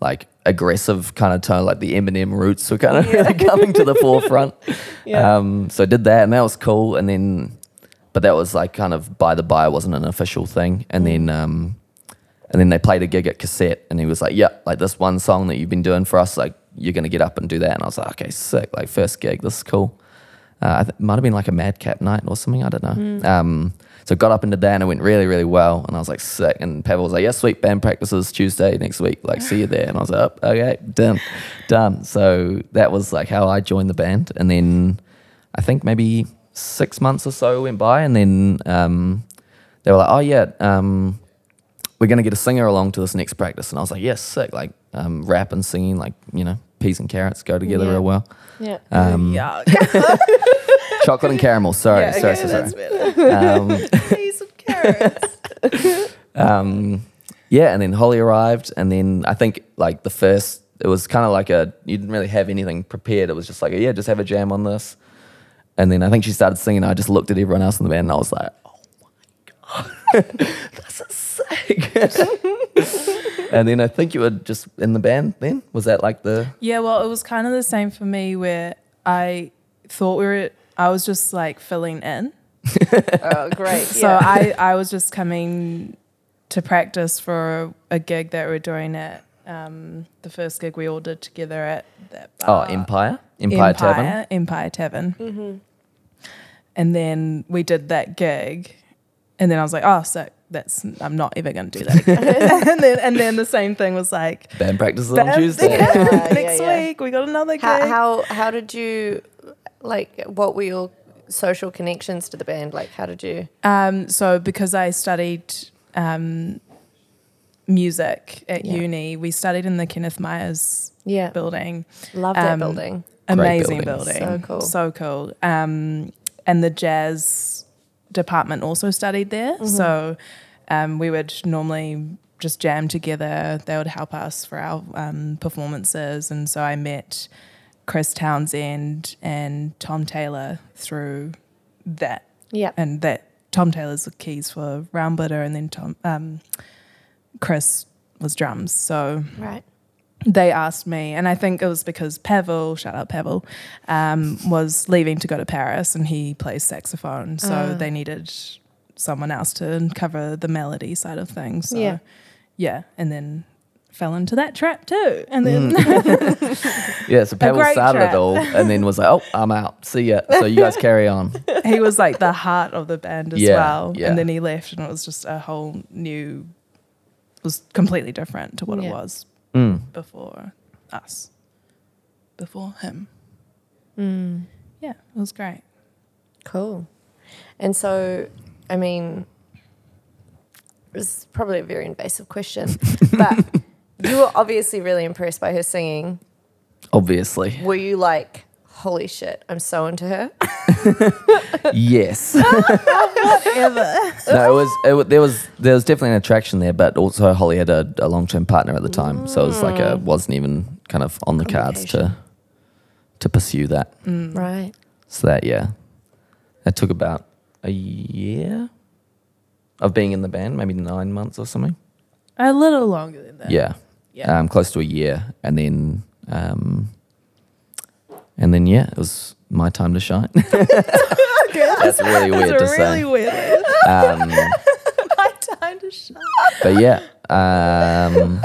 Speaker 3: like aggressive kind of tone, like the Eminem roots were kind of really coming to the forefront.
Speaker 1: Yeah.
Speaker 3: Um, so I did that and that was cool. And then, but that was like kind of by the by, it wasn't an official thing. And
Speaker 1: Mm.
Speaker 3: then, um, and then they played a gig at cassette and he was like, yep, like this one song that you've been doing for us, like you're going to get up and do that. And I was like, okay, sick. Like first gig, this is cool. Uh, I th- might have been like a madcap night or something. I don't know.
Speaker 1: Hmm.
Speaker 3: Um, so got up into that and it went really, really well. And I was like, sick. And Pavel was like, yeah, sweet. Band practices Tuesday next week. Like, see you there. And I was like, oh, okay, done, done. So that was like how I joined the band. And then I think maybe six months or so went by. And then um, they were like, oh, yeah, um, we're going to get a singer along to this next practice. And I was like, yes, sick. Like, um, rap and singing, like, you know, peas and carrots go together
Speaker 1: Yeah.
Speaker 3: real well.
Speaker 1: Yeah.
Speaker 3: Um,
Speaker 4: Yuck.
Speaker 3: Chocolate and caramel. Sorry,
Speaker 1: Yeah,
Speaker 3: sorry,
Speaker 1: okay,
Speaker 3: sorry,
Speaker 1: that's
Speaker 3: sorry. Um,
Speaker 1: Piece of carrots.
Speaker 3: um, yeah, and then Holly arrived, and then I think like the first, it was kind of like a you didn't really have anything prepared. It was just like yeah, just have a jam on this, and then I think she started singing. I just looked at everyone else in the band, and I was like, oh my god, this is sick. and then I think you were just in the band. Then was that like the
Speaker 4: Yeah, well, it was kind of the same for me where I thought we were, I was just like filling in.
Speaker 1: oh, great.
Speaker 4: So
Speaker 1: yeah.
Speaker 4: I, I was just coming to practice for a gig that we are doing at um, the first gig we all did together at that
Speaker 3: oh
Speaker 4: bar.
Speaker 3: Empire Empire, Tavern?
Speaker 4: Empire, Empire Tavern.
Speaker 1: Mm-hmm.
Speaker 4: And then we did that gig, and then I was like, oh, so that's I'm not ever going to do that. Again. and then and then the same thing was like
Speaker 3: Band practices on
Speaker 4: "Bam,
Speaker 3: Tuesday.
Speaker 1: Yeah, yeah,
Speaker 4: next
Speaker 1: yeah.
Speaker 4: week we got another gig.
Speaker 1: How, how how did you like? What were your social connections to the band? Like, how did you?
Speaker 4: Um, so because I studied um, music at
Speaker 1: Yeah.
Speaker 4: uni, we studied in the Kenneth Myers
Speaker 1: Yeah,
Speaker 4: building.
Speaker 1: love that
Speaker 4: um,
Speaker 1: building.
Speaker 3: Great
Speaker 4: Amazing
Speaker 3: building.
Speaker 4: building.
Speaker 1: So cool.
Speaker 4: So cool. Um, and the jazz department also studied there.
Speaker 1: Mm-hmm.
Speaker 4: So um, we would normally just jam together. They would help us for our um, performances. And so I met Chris Townsend and Tom Taylor through that
Speaker 1: Yeah,
Speaker 4: and that Tom Taylor's the keys for Round Butter, and then Tom um, Chris was drums. So
Speaker 1: right.
Speaker 4: they asked me, and I think it was because Pavel, shout out Pavel, um, was leaving to go to Paris, and he plays saxophone, so
Speaker 1: Ah.
Speaker 4: they needed someone else to cover the melody side of things. So,
Speaker 1: Yeah.
Speaker 4: yeah, and then fell into that trap too, and then
Speaker 3: Yeah, so Pebble
Speaker 4: great
Speaker 3: started
Speaker 4: trap.
Speaker 3: it all, and then was like, oh, I'm out. See ya. So you guys carry on.
Speaker 4: he was like the heart of the band as
Speaker 3: Yeah,
Speaker 4: well.
Speaker 3: yeah.
Speaker 4: And then he left, and it was just a whole new, was completely different to what
Speaker 1: Yeah.
Speaker 4: it was
Speaker 3: Mm.
Speaker 4: before us, before him.
Speaker 1: Mm.
Speaker 4: Yeah, it was great.
Speaker 1: Cool. And so, I mean, this is probably a very invasive question, but you were obviously really impressed by her singing.
Speaker 3: Obviously.
Speaker 1: Were you like, holy shit, I'm so into her?
Speaker 3: Yes. no, it was, it was there was there was definitely an attraction there, but also Holly had a, a long term partner at the time, so it was like a wasn't even kind of on the cards to to pursue that.
Speaker 4: Mm.
Speaker 1: Right.
Speaker 3: So that yeah, that took about a year of being in the band, maybe nine months or something.
Speaker 4: A little longer than that.
Speaker 3: yeah,
Speaker 4: Uh, Yeah.
Speaker 3: um, close to a year, and then um, and then yeah, it was my time to shine. That's really weird to
Speaker 4: That's a really
Speaker 3: say.
Speaker 4: weird.
Speaker 3: Um,
Speaker 4: My time to shine.
Speaker 3: but yeah, um,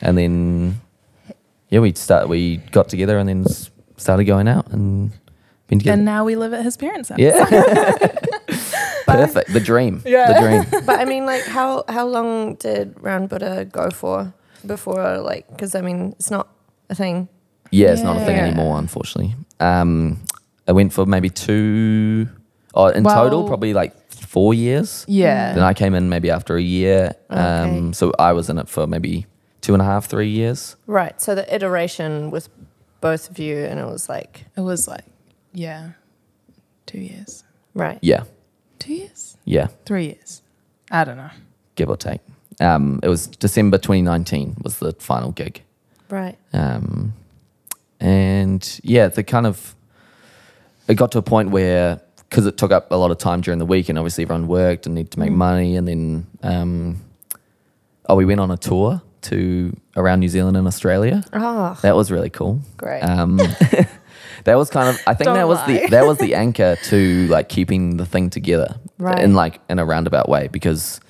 Speaker 3: and then yeah, we start we got together and then s- started going out and been together.
Speaker 4: And now we live at his parents' house.
Speaker 3: yeah, perfect. The dream.
Speaker 4: Yeah.
Speaker 3: the dream.
Speaker 1: but I mean, like, how how long did Round Buddha go for before, like, because I mean, it's not a thing.
Speaker 3: Yeah, it's not a thing
Speaker 4: Yeah.
Speaker 3: anymore, unfortunately. Um, I went for maybe two, oh, in total
Speaker 4: Well-
Speaker 3: probably like four years.
Speaker 4: Yeah.
Speaker 3: Then I came in maybe after a year. Um,
Speaker 1: Okay.
Speaker 3: So I was in it for maybe two and a half, three years.
Speaker 1: Right. So the iteration with both of you, and it was like,
Speaker 4: It was like, yeah, two years.
Speaker 1: right.
Speaker 3: Yeah,
Speaker 4: Two years?
Speaker 3: yeah,
Speaker 4: Three years. I don't know.
Speaker 3: give or take. Um, it was December 2019 was the final gig.
Speaker 1: Right.
Speaker 3: Um, and yeah, the kind of it got to a point where because it took up a lot of time during the week, and obviously everyone worked and needed to make money, and then um, oh, we went on a tour to around New Zealand and Australia.
Speaker 1: Oh,
Speaker 3: That was really cool.
Speaker 1: Great.
Speaker 3: Um, that was kind of I think
Speaker 4: Don't
Speaker 3: that was the
Speaker 4: lie.
Speaker 3: that was the anchor to like keeping the thing together
Speaker 1: Right.
Speaker 3: in like in a roundabout way because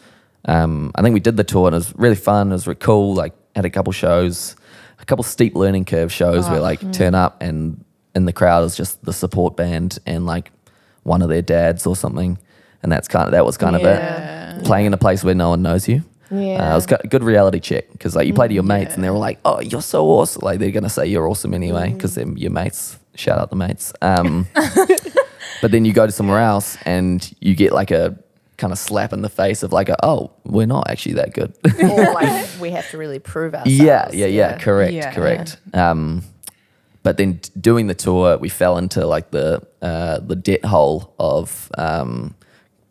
Speaker 3: um, I think we did the tour and it was really fun. It was really cool. Like had a couple shows, a couple steep learning curve shows where like turn up and in the crowd is just the support band and like one of their dads or something, and that's kind of that was kind
Speaker 1: Yeah.
Speaker 3: of it. Playing in a place where no one knows you. Uh, it
Speaker 1: Yeah.
Speaker 3: was got a good reality check because like you play to your mates and they're all like, "Oh, you're so awesome!" Like they're gonna say you're awesome anyway because they're your mates. Shout out the mates. Um, but then you go to somewhere else and you get like a kind of slap in the face of like, a, oh, we're not actually that good.
Speaker 1: or like we have to really prove ourselves.
Speaker 3: yeah, yeah, yeah. Correct,
Speaker 4: Yeah.
Speaker 3: correct. Um, but then d- doing the tour, we fell into like the uh, the debt hole of um,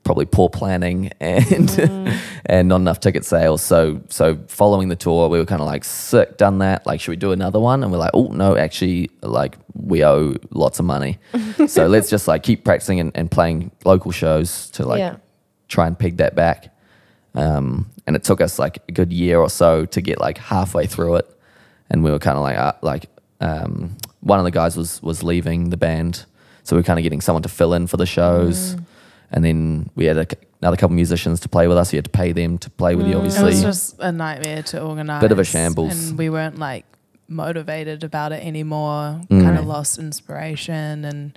Speaker 3: probably poor planning and and not enough ticket sales. So so following the tour, we were kind of like sick, done that. Like, should we do another one? And we're like, oh no, actually, like we owe lots of money, so let's just like keep practicing and, and playing local shows to like
Speaker 1: Yeah.
Speaker 3: try and peg that back. Um, and it took us like a good year or so to get like halfway through it, and we were kind of like uh, like um, one of the guys was was leaving the band, so we were kind of getting someone to fill in for the shows,
Speaker 4: Mm.
Speaker 3: and then we had a, c- another couple musicians to play with us. You had to pay them to play with you,
Speaker 4: It Mm. was
Speaker 3: obviously.
Speaker 4: just a nightmare to organize.
Speaker 3: Bit of a shambles.
Speaker 4: And we weren't like motivated about it anymore,
Speaker 3: Mm.
Speaker 4: kind of lost inspiration. And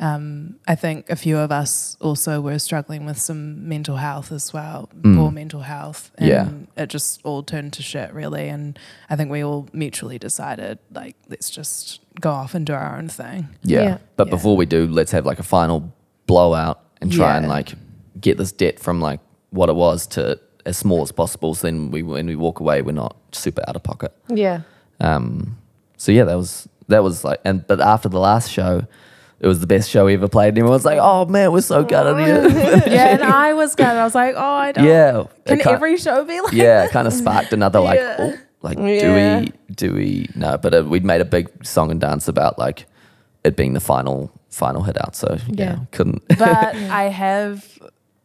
Speaker 4: um, I think a few of us also were struggling with some mental health as well,
Speaker 3: Mm.
Speaker 4: poor mental health. And
Speaker 3: Yeah.
Speaker 4: it just all turned to shit, really. And I think we all mutually decided, like, let's just go off and do our own thing.
Speaker 3: Yeah.
Speaker 1: Yeah.
Speaker 3: But
Speaker 4: Yeah.
Speaker 3: before we do, let's have like a final blowout and try and
Speaker 4: Yeah.
Speaker 3: like get this debt from like what it was to as small as possible. So then we when we walk away, we're not super out of pocket.
Speaker 1: Yeah.
Speaker 3: Um, so yeah, that was that was like, and but after the last show, it was the best show we ever played. And everyone was like, "Oh man, we're so gutted." Yeah,
Speaker 4: yeah. And I was gutted. I was like, oh, I don't.
Speaker 3: yeah. it
Speaker 4: Can
Speaker 3: ki-
Speaker 4: every show be like
Speaker 3: yeah, it kind of sparked another like,
Speaker 4: Yeah.
Speaker 3: oh, like
Speaker 1: Yeah.
Speaker 3: do we do we no? But uh, we'd made a big song and dance about like it being the final final hit out. So yeah,
Speaker 1: Yeah.
Speaker 3: couldn't.
Speaker 4: but I have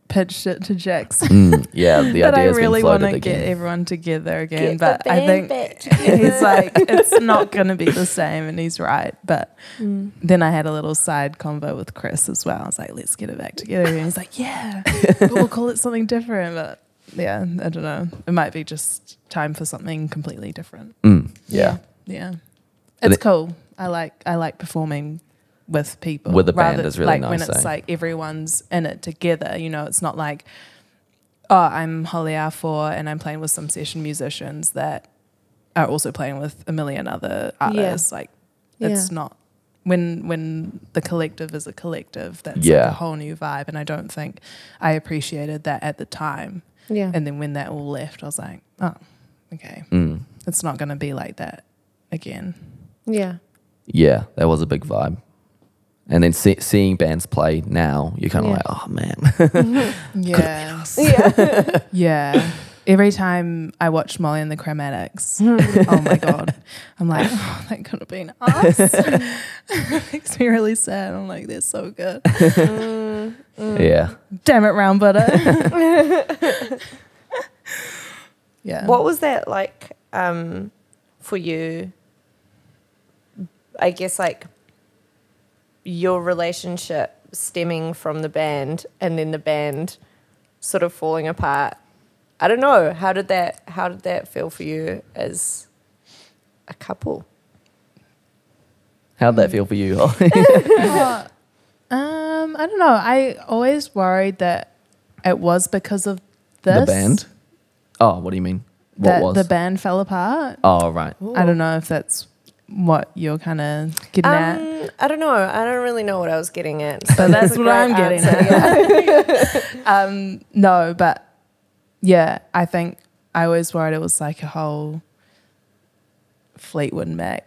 Speaker 4: pitched it to Jax
Speaker 3: Mm, yeah, the
Speaker 4: that I
Speaker 3: idea has
Speaker 4: really
Speaker 3: been
Speaker 4: want
Speaker 3: floated
Speaker 4: to get
Speaker 3: again.
Speaker 4: everyone together again.
Speaker 1: Get the
Speaker 4: but I
Speaker 1: band
Speaker 4: think
Speaker 1: back
Speaker 4: he's like, it's not going to be the same, and he's right. But
Speaker 1: Mm.
Speaker 4: then I had a little side convo with Chris as well. I was like, let's get it back together, and he's like, yeah, but we'll call it something different. But yeah, I don't know. It might be just time for something completely different.
Speaker 3: Mm, yeah.
Speaker 4: Yeah,
Speaker 3: And
Speaker 4: it's
Speaker 3: it-
Speaker 4: cool. I like I like performing with people.
Speaker 3: With a band
Speaker 4: rather-
Speaker 3: is really
Speaker 4: like
Speaker 3: nice,
Speaker 4: when it's
Speaker 3: eh?
Speaker 4: like everyone's in it together. You know, it's not like oh, I'm Holly R four and I'm playing with some session musicians that are also playing with a million other artists. Like it's
Speaker 1: Yeah.
Speaker 4: not when when the collective is a collective. That's like
Speaker 3: Yeah.
Speaker 4: a whole new vibe, and I don't think I appreciated that at the time.
Speaker 1: Yeah.
Speaker 4: And then when that all left, I was like, oh, okay,
Speaker 3: Mm,
Speaker 4: it's not going to be like that again.
Speaker 1: yeah.
Speaker 3: yeah, that was a big vibe. And then see, seeing bands play now, you're kind of
Speaker 1: Yeah.
Speaker 3: like, oh man,
Speaker 4: Yeah.
Speaker 1: Yeah.
Speaker 4: Yeah. Every time I watch Molly and the Chromatics, oh my God, I'm like, oh, that could have been us. makes me really sad. I'm like, they're so good. Mm.
Speaker 3: yeah.
Speaker 4: Damn it, Round Butter. yeah.
Speaker 1: What was that like um, for you? I guess like your relationship stemming from the band and then the band sort of falling apart. I don't know. How did that how did that feel for you as a couple?
Speaker 3: How'd that feel for you? Holly?
Speaker 4: um, I don't know. I always worried that it was because of this
Speaker 3: the band. Oh, what do you mean? What
Speaker 4: that
Speaker 3: was?
Speaker 4: the band fell apart.
Speaker 3: oh, right.
Speaker 4: I don't know if that's what you're kind of getting at.
Speaker 1: Um, I don't know. I don't really know what I was getting at. So
Speaker 4: But
Speaker 1: that's
Speaker 4: that's
Speaker 1: a
Speaker 4: what
Speaker 1: great
Speaker 4: I'm getting
Speaker 1: answer, yeah.
Speaker 4: um, no, but yeah, I think I always worried it was like a whole Fleetwood Mac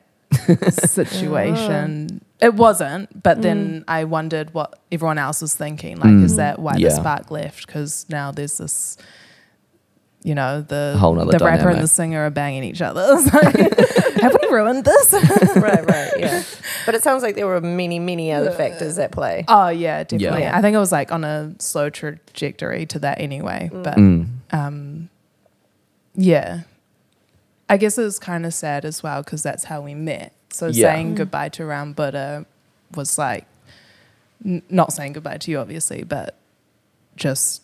Speaker 4: situation. It wasn't, but then I wondered what everyone else was thinking. Like, is that why
Speaker 3: Yeah.
Speaker 4: the spark left? Because now there's this, you know, the
Speaker 3: Whole nother
Speaker 4: the rapper
Speaker 3: dynamic.
Speaker 4: and the singer are banging each other. It's like, have we ruined this?
Speaker 1: right, right, yeah. But it sounds like there were many, many other factors at play.
Speaker 4: Oh yeah, definitely.
Speaker 1: Yeah.
Speaker 4: I think it was like on a slow trajectory to that anyway. But
Speaker 3: Mm.
Speaker 4: um, yeah, I guess it was kind of sad as well because that's how we met. So
Speaker 3: Yeah.
Speaker 4: saying goodbye to Ram Buddha was like n- not saying goodbye to you, obviously, but just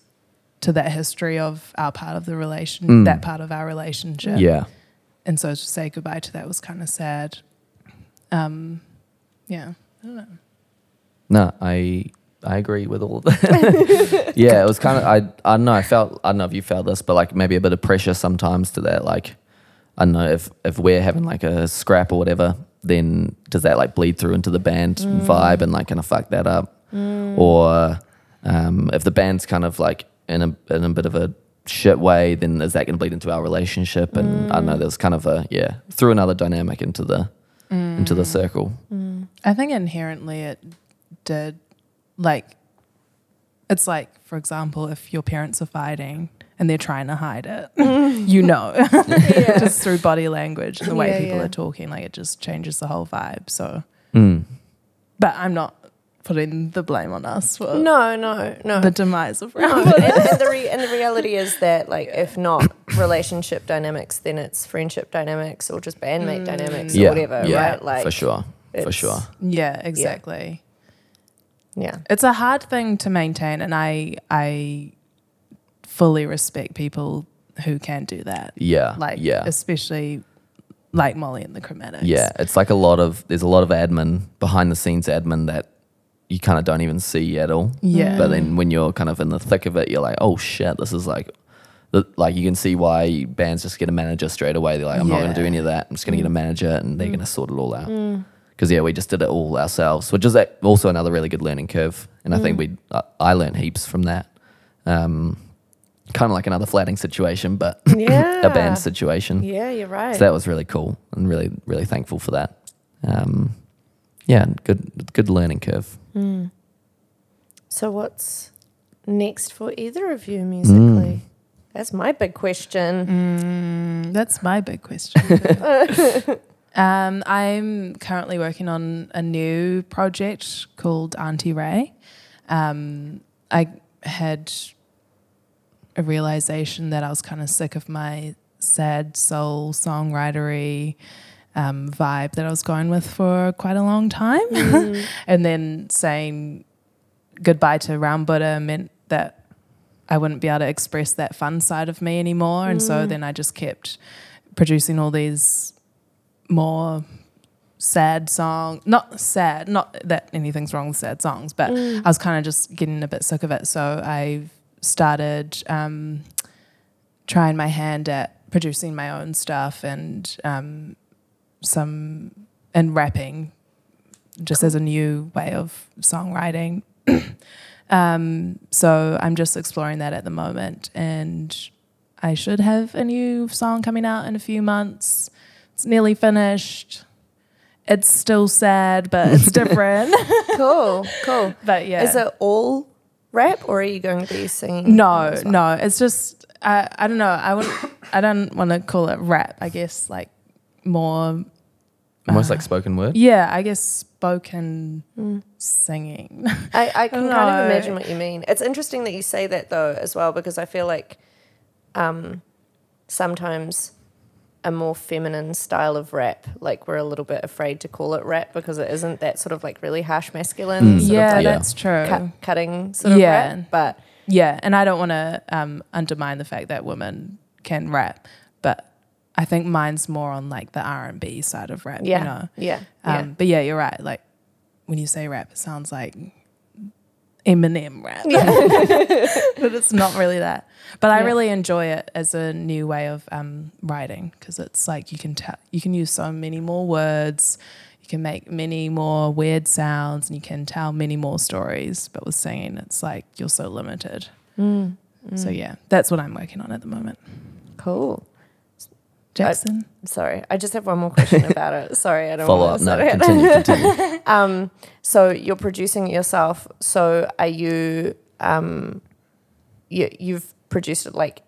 Speaker 4: to that history of our part of the relation,
Speaker 3: Mm.
Speaker 4: that part of our relationship.
Speaker 3: Yeah.
Speaker 4: And so to say goodbye to that was kind of sad. Um, yeah. I don't know.
Speaker 3: No, I I agree with all that. yeah, it was kind of I I don't know. I felt I don't know if you felt this, but like maybe a bit of pressure sometimes to that. Like I don't know if if we're having like a scrap or whatever, then does that like bleed through into the band vibe and like kind of fuck that up, or um, if the band's kind of like in a in a bit of a shit way, then is that going to bleed into our relationship? And I don't know. There's kind of a yeah, threw another dynamic into the into the circle.
Speaker 4: I think inherently it did. Like, it's like, for example, if your parents are fighting and they're trying to hide it, you know, just through body language and the way
Speaker 1: Yeah,
Speaker 4: people
Speaker 1: yeah.
Speaker 4: are talking, like it just changes the whole vibe. So,
Speaker 3: Mm.
Speaker 4: but I'm not putting the blame on us for
Speaker 1: No, no, no.
Speaker 4: the demise of
Speaker 1: No,
Speaker 4: Rowan.
Speaker 1: and, and the re- and the reality is that like if not relationship dynamics, then it's friendship dynamics or just bandmate dynamics or
Speaker 3: yeah,
Speaker 1: whatever,
Speaker 3: yeah,
Speaker 1: right? Like
Speaker 3: for sure, for
Speaker 1: it's-
Speaker 3: sure.
Speaker 4: Yeah, exactly.
Speaker 1: Yeah,
Speaker 4: It's a hard thing to maintain, and I I fully respect people who can do that.
Speaker 3: Yeah,
Speaker 4: Like,
Speaker 3: yeah,
Speaker 4: especially like Molly and the Chromatics.
Speaker 3: yeah. It's like a lot of there's a lot of admin behind the scenes admin that you kind of don't even see at all.
Speaker 4: Yeah.
Speaker 3: But then when you're kind of in the thick of it, you're like, oh shit, this is like, th- like you can see why bands just get a manager straight away. They're like, I'm not going to do
Speaker 4: Yeah.
Speaker 3: any of that. I'm just going
Speaker 1: Mm.
Speaker 3: to get a manager, and they're going to sort it all out. Because yeah, we just did it all ourselves, which is like, also another really good learning curve. And I think
Speaker 1: Mm.
Speaker 3: we, I, I learned heaps from that. Um, kind of like another flatting situation, but a
Speaker 1: Yeah.
Speaker 3: band situation.
Speaker 1: Ah, yeah, you're right.
Speaker 3: So that was really cool and really, really thankful for that. Um, yeah, and good, good learning curve.
Speaker 1: Mm. So what's next for either of
Speaker 3: Mm.
Speaker 1: you musically? That's my big question.
Speaker 4: Mm, that's my big question. um, I'm currently working on a new project called Auntie Ray. Um, I had a realization that I was kind of sick of my sad soul songwritery um, vibe that I was going with for quite a long time,
Speaker 3: Mm.
Speaker 1: Mm.
Speaker 4: and then saying goodbye to Round Buddha meant that I wouldn't be able to express that fun side of me anymore. And so then I just kept producing all these more sad songs. Not sad, not that anything's wrong with sad songs, but
Speaker 3: uh,
Speaker 4: I was kind of just getting a bit sick of it. So I started um, trying my hand at producing my own stuff and um, some and rapping just as a new way of songwriting. Um, so I'm just exploring that at the moment, and I should have a new song coming out in a few months. It's nearly finished. It's still sad, but it's different.
Speaker 1: cool, cool.
Speaker 4: but yeah,
Speaker 1: Is it all rap or are you going to be singing?
Speaker 4: no,
Speaker 1: as well?
Speaker 4: no. It's just I, I don't know. I wouldn't. I don't want to call it rap. I guess like more.
Speaker 3: Almost
Speaker 1: Ah.
Speaker 3: like spoken word.
Speaker 4: Yeah, I guess spoken singing.
Speaker 1: I, I can kind
Speaker 4: No.
Speaker 1: of imagine what you mean. It's interesting that you say that though as well because I feel like um, sometimes a more feminine style of rap, like we're a little bit afraid to call it rap because it isn't that sort of like really harsh masculine,
Speaker 3: Mm.
Speaker 1: sort
Speaker 4: yeah,
Speaker 1: of like
Speaker 3: Yeah.
Speaker 4: that's true.
Speaker 1: cut, cutting sort of
Speaker 4: Yeah.
Speaker 1: rap. But
Speaker 4: Yeah, and I don't want to um, undermine the fact that women can rap, but I think mine's more on like the R and B side of rap.
Speaker 1: yeah,
Speaker 4: You know?
Speaker 1: yeah, yeah.
Speaker 4: Um, But yeah, you're right. Like when you say rap, it sounds like Eminem rap, but it's not really that. But I
Speaker 1: Yeah.
Speaker 4: really enjoy it as a new way of um, writing because it's like you can tell you can use so many more words, you can make many more weird sounds, and you can tell many more stories. But with singing, it's like you're so limited.
Speaker 1: Mm.
Speaker 4: So yeah, that's what I'm working on at the moment.
Speaker 1: Uh, cool.
Speaker 4: Jackson,
Speaker 1: Sorry, I just have one more question about it. Sorry, I don't
Speaker 3: Follow
Speaker 1: want to
Speaker 3: up. No,
Speaker 1: say it.
Speaker 3: continue, continue.
Speaker 1: Um, so you're producing it yourself. So are you, um, you you've produced it like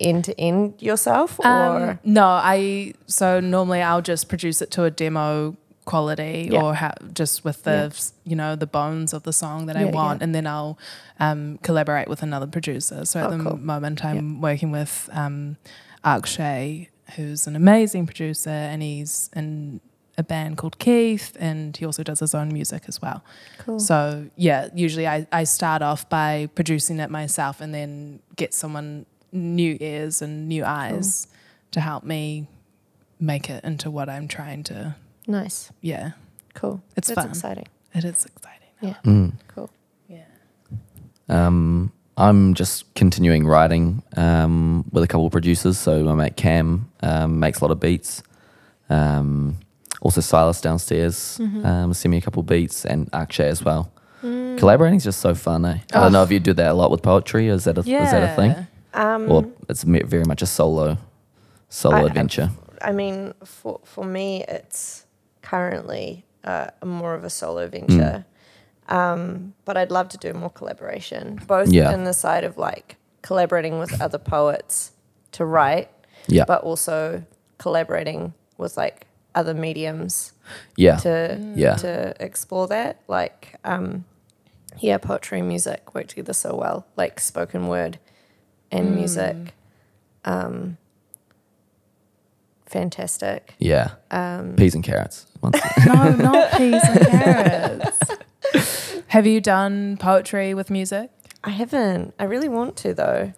Speaker 1: end to end yourself, or
Speaker 4: Um, no, I so normally I'll just produce it to a demo quality
Speaker 1: Yeah.
Speaker 4: or ha- just with the s- you know the bones of the song that I
Speaker 1: Yeah, yeah.
Speaker 4: want, and then I'll um, collaborate with another producer. So at
Speaker 1: Oh,
Speaker 4: the
Speaker 1: cool.
Speaker 4: moment, I'm working with um, Akshay, who's an amazing producer, and he's in a band called Keith, and he also does his own music as well.
Speaker 1: cool.
Speaker 4: So yeah, usually I, I start off by producing it myself and then get someone new ears and new eyes to help me make it into what I'm trying to
Speaker 1: nice,
Speaker 4: yeah.
Speaker 1: cool.
Speaker 4: It's
Speaker 1: That's
Speaker 4: fun.
Speaker 1: exciting.
Speaker 4: It is exciting.
Speaker 1: Yeah,
Speaker 3: Mm.
Speaker 1: cool.
Speaker 4: Yeah.
Speaker 3: Um, I'm just continuing writing um, with a couple of producers. So my mate Cam um, makes a lot of beats.
Speaker 1: Mm-hmm.
Speaker 3: Um, also Silas downstairs um, sent me a couple of beats and Akshay as well. Collaborating is just so fun, eh?
Speaker 1: Oh.
Speaker 3: I don't know if you do that a lot with poetry. Is that a, is that a thing?
Speaker 1: Um,
Speaker 3: Or it's me- very much a solo solo
Speaker 1: I- I-
Speaker 3: adventure.
Speaker 1: I mean, for for me, it's currently uh, more of a solo venture, um, but I'd love to do more collaboration, both
Speaker 3: Hmm. Yeah.
Speaker 1: in the side of like collaborating with other poets to write,
Speaker 3: yeah.
Speaker 1: but also collaborating with like other mediums
Speaker 3: Yeah.
Speaker 1: to
Speaker 3: Yeah.
Speaker 1: to explore that. Like, um, yeah, poetry and music work together so well, like spoken word and music. Um, fantastic.
Speaker 3: yeah.
Speaker 1: Um,
Speaker 3: Peas and carrots. Once-
Speaker 4: No, not peas and carrots. Have you done poetry with music?
Speaker 1: I haven't. I really want to though.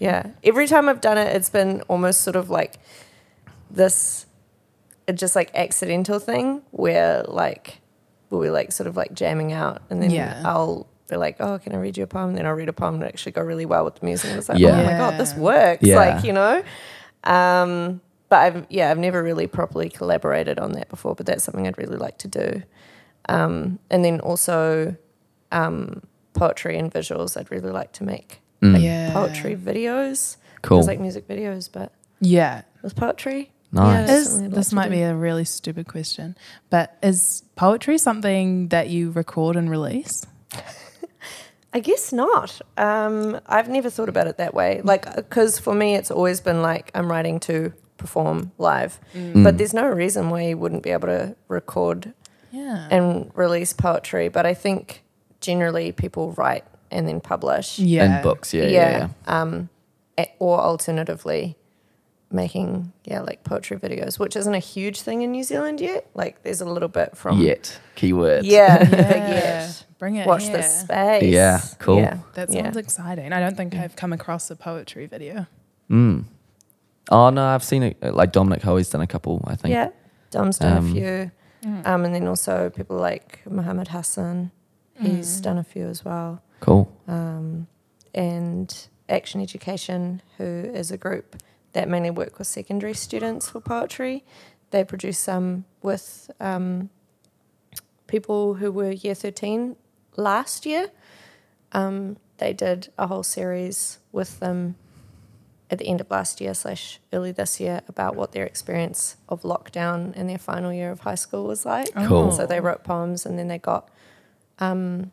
Speaker 1: Yeah. Every time I've done it, it's been almost sort of like this, uh, just like accidental thing where like we're like sort of like jamming out, and then
Speaker 4: Yeah.
Speaker 1: I'll be like, "Oh, can I read you a poem?" Then I'll read a poem and it actually go really well with the music. And it's like,
Speaker 3: Yeah.
Speaker 1: "Oh my god, this
Speaker 4: Yeah.
Speaker 1: works!"
Speaker 3: Yeah.
Speaker 1: Like you know. Um, but I've yeah, I've never really properly collaborated on that before. But that's something I'd really like to do. Um, and then also um, poetry and visuals. I'd really like to make
Speaker 3: Mm.
Speaker 4: Yeah.
Speaker 1: poetry videos.
Speaker 3: Cool.
Speaker 1: It's like music videos, but
Speaker 4: Yeah.
Speaker 1: with poetry.
Speaker 3: Nice.
Speaker 1: Yeah,
Speaker 4: Is-
Speaker 1: something I'd like
Speaker 4: this
Speaker 1: to
Speaker 4: might
Speaker 1: do.
Speaker 4: be a really stupid question, but is poetry something that you record and release?
Speaker 1: I guess not. Um, I've never thought about it that way. Like, because for me, it's always been like I'm writing to perform live,
Speaker 3: Mm.
Speaker 1: but there's no reason why you wouldn't be able to record
Speaker 4: Yeah.
Speaker 1: and release poetry. But I think generally people write and then publish.
Speaker 4: yeah.
Speaker 3: And books. Yeah. Yeah. yeah.
Speaker 1: Um, a- or alternatively, making yeah like poetry videos, which isn't a huge thing in New Zealand yet. Like there's a little bit from
Speaker 3: Yet. Keyword.
Speaker 1: yeah, big
Speaker 4: Yeah.
Speaker 1: yet.
Speaker 4: Bring it.
Speaker 1: Watch
Speaker 4: here.
Speaker 1: this space.
Speaker 3: Yeah, cool.
Speaker 4: That
Speaker 1: yeah.
Speaker 4: sounds exciting. I don't think I've come across a poetry video.
Speaker 3: Mm. Oh no, I've seen it. Like Dominic Hoey's done a couple, I think.
Speaker 1: yeah. Dom's done
Speaker 3: Um,
Speaker 1: a few, um, and then also people like Mohammed Hassan. He's done a few as well,
Speaker 3: Cool.
Speaker 1: um, and Action Education, who is a group that mainly work with secondary students for poetry. They produce some with um, people who were year 13 last year. Um, they did a whole series with them at the end of last year slash early this year about what their experience of lockdown in their final year of high school was like.
Speaker 3: Cool.
Speaker 1: So they wrote poems and then they got um,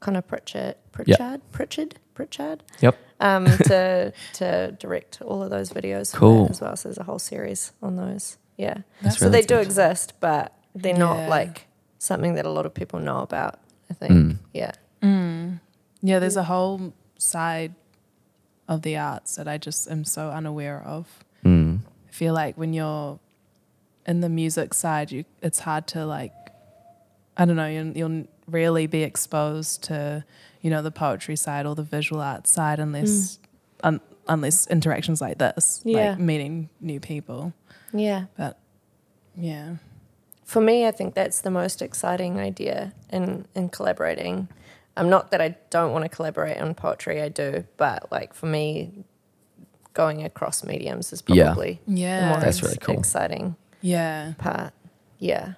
Speaker 1: Connor Pritchard, Pritchard, Pritchard, Pritchard
Speaker 3: Yep.
Speaker 1: um, to to direct all of those videos. for that
Speaker 3: Cool.
Speaker 1: as well. So there's a whole series on those. Yeah.
Speaker 3: That's
Speaker 1: so they
Speaker 3: really
Speaker 1: do
Speaker 3: good.
Speaker 1: exist, but they're
Speaker 4: Yeah.
Speaker 1: not like something that a lot of people know about. I think.
Speaker 3: Mm.
Speaker 1: Yeah.
Speaker 4: Yeah, there's a whole side of the arts that I just am so unaware of.
Speaker 3: Mm.
Speaker 4: I feel like when you're in the music side, you it's hard to like, I don't know, you'll, you'll rarely be exposed to, you know, the poetry side or the visual arts side unless un, unless interactions like this,
Speaker 1: Yeah.
Speaker 4: like meeting new people.
Speaker 1: Yeah.
Speaker 4: But yeah,
Speaker 1: For me, I think that's the most exciting idea in in collaborating. I'm not that I don't want to collaborate on poetry. I do, but like for me, going across mediums is
Speaker 3: Yeah.
Speaker 1: probably the
Speaker 4: yeah,
Speaker 1: more
Speaker 3: That's
Speaker 1: ex-
Speaker 3: really cool.
Speaker 1: exciting
Speaker 4: yeah.
Speaker 1: part. Yeah.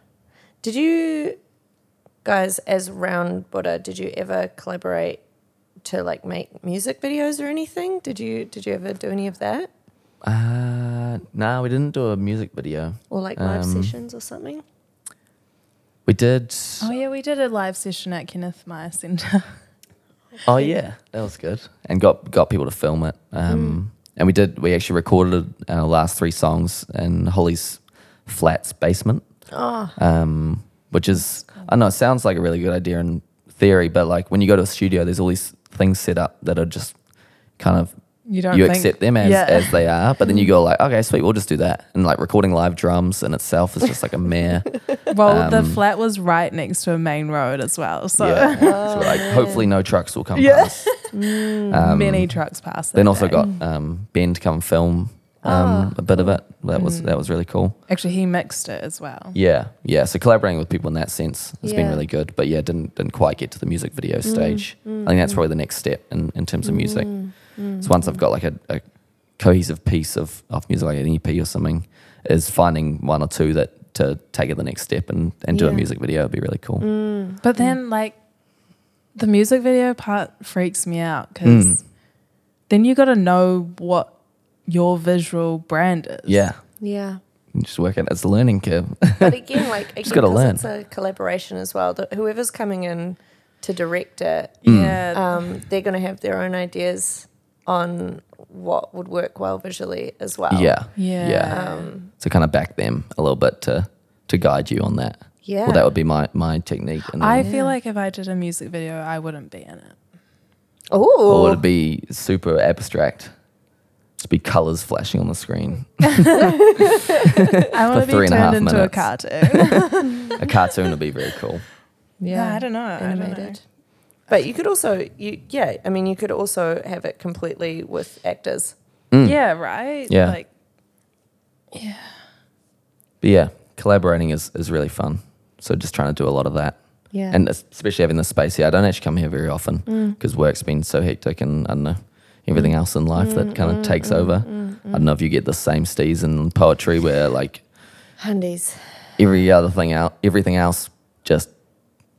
Speaker 1: Did you guys, as Round Buddha, did you ever collaborate to like make music videos or anything? Did you did you ever do any of that
Speaker 3: Uh, no, we didn't do a music video.
Speaker 1: or like live
Speaker 3: Um,
Speaker 1: sessions or something?
Speaker 3: We did.
Speaker 4: Oh yeah, we did a live session at Kenneth Meyer Centre.
Speaker 3: Oh yeah, that was good. And got got people to film it.
Speaker 4: Hmm.
Speaker 3: Um, and we did. We actually recorded our last three songs in Holly's flat's basement.
Speaker 1: Oh,
Speaker 3: Um, which is I know it sounds like a really good idea in theory, but like when you go to a studio, there's all these things set up that are just kind of
Speaker 4: You don't.
Speaker 3: you
Speaker 4: think,
Speaker 3: accept them as,
Speaker 4: yeah. Hmm.
Speaker 3: as they are, but then you go like, okay, sweet, we'll just do that. And like recording live drums in itself is just like a mere.
Speaker 4: Well, the
Speaker 3: Um,
Speaker 4: flat was right next to a main road as well, so
Speaker 3: yeah. So like, hopefully no trucks will come
Speaker 4: "Ah." Yeah. Mm,
Speaker 3: past. Um,
Speaker 4: many trucks passed. that
Speaker 3: Then also
Speaker 4: day.
Speaker 3: got um, Ben to come and film
Speaker 1: Ah.
Speaker 3: um, a bit of it. That was
Speaker 1: Hmm.
Speaker 3: that was really cool.
Speaker 4: actually he mixed it as well.
Speaker 3: Yeah, yeah. So collaborating with people in that sense has been
Speaker 1: Yeah. Mm,
Speaker 3: really good. But yeah, didn't didn't quite get to the music video stage. I think that's probably the next step in, in terms of music.
Speaker 1: Mm.
Speaker 3: So once I've got like a, a cohesive piece of, of music, like an EP or something, is finding one or two that to take it the next step and, and do a
Speaker 1: Yeah. Mm.
Speaker 3: music video would be really cool.
Speaker 4: But then like the music video part freaks me out because
Speaker 3: Mm.
Speaker 4: then you got to know what your visual brand is.
Speaker 3: Yeah.
Speaker 1: Yeah.
Speaker 3: You Just work it. It's a learning curve.
Speaker 1: But again, like again,
Speaker 3: gotta
Speaker 1: 'cause
Speaker 3: learn.
Speaker 1: it's a collaboration as well. That whoever's coming in to direct it,
Speaker 3: Mm.
Speaker 4: Yeah.
Speaker 1: um, they're going to have their own ideas on what would work well visually as well.
Speaker 3: yeah.
Speaker 4: Yeah.
Speaker 1: Um,
Speaker 3: So kind of back them a little bit to to guide you on that.
Speaker 1: yeah.
Speaker 3: Well, that would be my my technique. And then,
Speaker 4: I
Speaker 1: Yeah.
Speaker 4: feel like if I did a music video, I wouldn't be in it.
Speaker 1: Oh,
Speaker 3: or it'd be super abstract. Just be colors flashing on the screen.
Speaker 4: I want to be
Speaker 3: three and
Speaker 4: turned
Speaker 3: a half
Speaker 4: into
Speaker 3: minutes.
Speaker 4: a cartoon.
Speaker 3: a cartoon would be very cool.
Speaker 4: yeah. I don't know. I don't know.
Speaker 1: Animated. But you could also, you yeah, I mean, you could also have it completely with actors.
Speaker 3: Mm.
Speaker 4: Yeah, right?
Speaker 3: Yeah.
Speaker 4: Like,
Speaker 3: But yeah, collaborating is is really fun. So just trying to do a lot of that.
Speaker 1: Yeah.
Speaker 3: and es- especially having this space here. I don't actually come here very often because work's been so hectic and I don't know everything else in life that kind of takes over. I don't know if you get the same steez in poetry where like
Speaker 1: Hundies.
Speaker 3: every other thing out, everything else just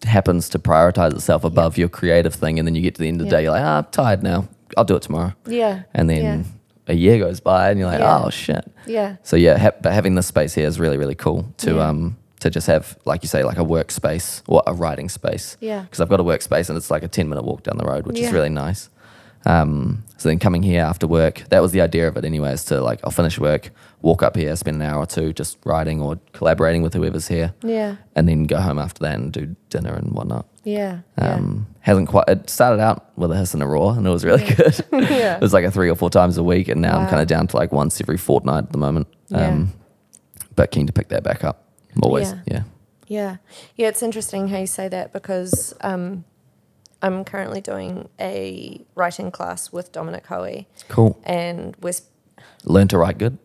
Speaker 3: happens to prioritize itself above your creative thing, and then you get to the end of the
Speaker 1: Yeah.
Speaker 3: day, you're like, "Ah, I'm tired now. I'll do it tomorrow,
Speaker 1: Yeah.
Speaker 3: and then.
Speaker 1: Yeah.
Speaker 3: A year goes by and you're like,
Speaker 1: Yeah.
Speaker 3: oh shit.
Speaker 1: Yeah.
Speaker 3: So yeah, ha- but having this space here is really, really cool to
Speaker 1: Yeah.
Speaker 3: um to just have, like you say, like a workspace or a writing space
Speaker 1: Yeah.
Speaker 3: because I've got a workspace and it's like a 10 minute walk down the road, which
Speaker 1: Yeah.
Speaker 3: is really nice. Um, so then coming here after work, that was the idea of it anyway, is to like, I'll finish work, walk up here, spend an hour or two just writing or collaborating with whoever's here,
Speaker 1: Yeah.
Speaker 3: and then go home after that and do dinner and whatnot.
Speaker 1: Yeah.
Speaker 3: Um, Hasn't quite, it started out with a hiss and a roar and it was really
Speaker 1: Yeah.
Speaker 3: good.
Speaker 1: yeah.
Speaker 3: it was like a three or four times a week, and now I'm
Speaker 1: Wow.
Speaker 3: kind of down to like once every fortnight at the moment. Um, But keen to pick that back up. I'm Always,
Speaker 1: Yeah.
Speaker 3: yeah.
Speaker 1: Yeah. Yeah, it's interesting how you say that because um, I'm currently doing a writing class with Dominic Hoey
Speaker 3: Cool.
Speaker 1: and we're sp-
Speaker 3: Learn to write good.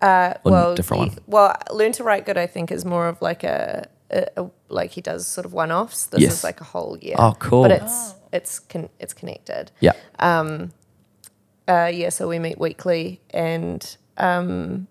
Speaker 1: uh,
Speaker 3: Or n-
Speaker 1: well,
Speaker 3: different
Speaker 1: ye-
Speaker 3: one?
Speaker 1: well, learn to write good. I think is more of like a, a, a like he does sort of one offs. This
Speaker 3: Yes.
Speaker 1: is like a whole year.
Speaker 3: Oh, cool.
Speaker 1: But it's it's con- it's connected.
Speaker 3: yeah.
Speaker 1: Um, uh, yeah. So we meet weekly, and um,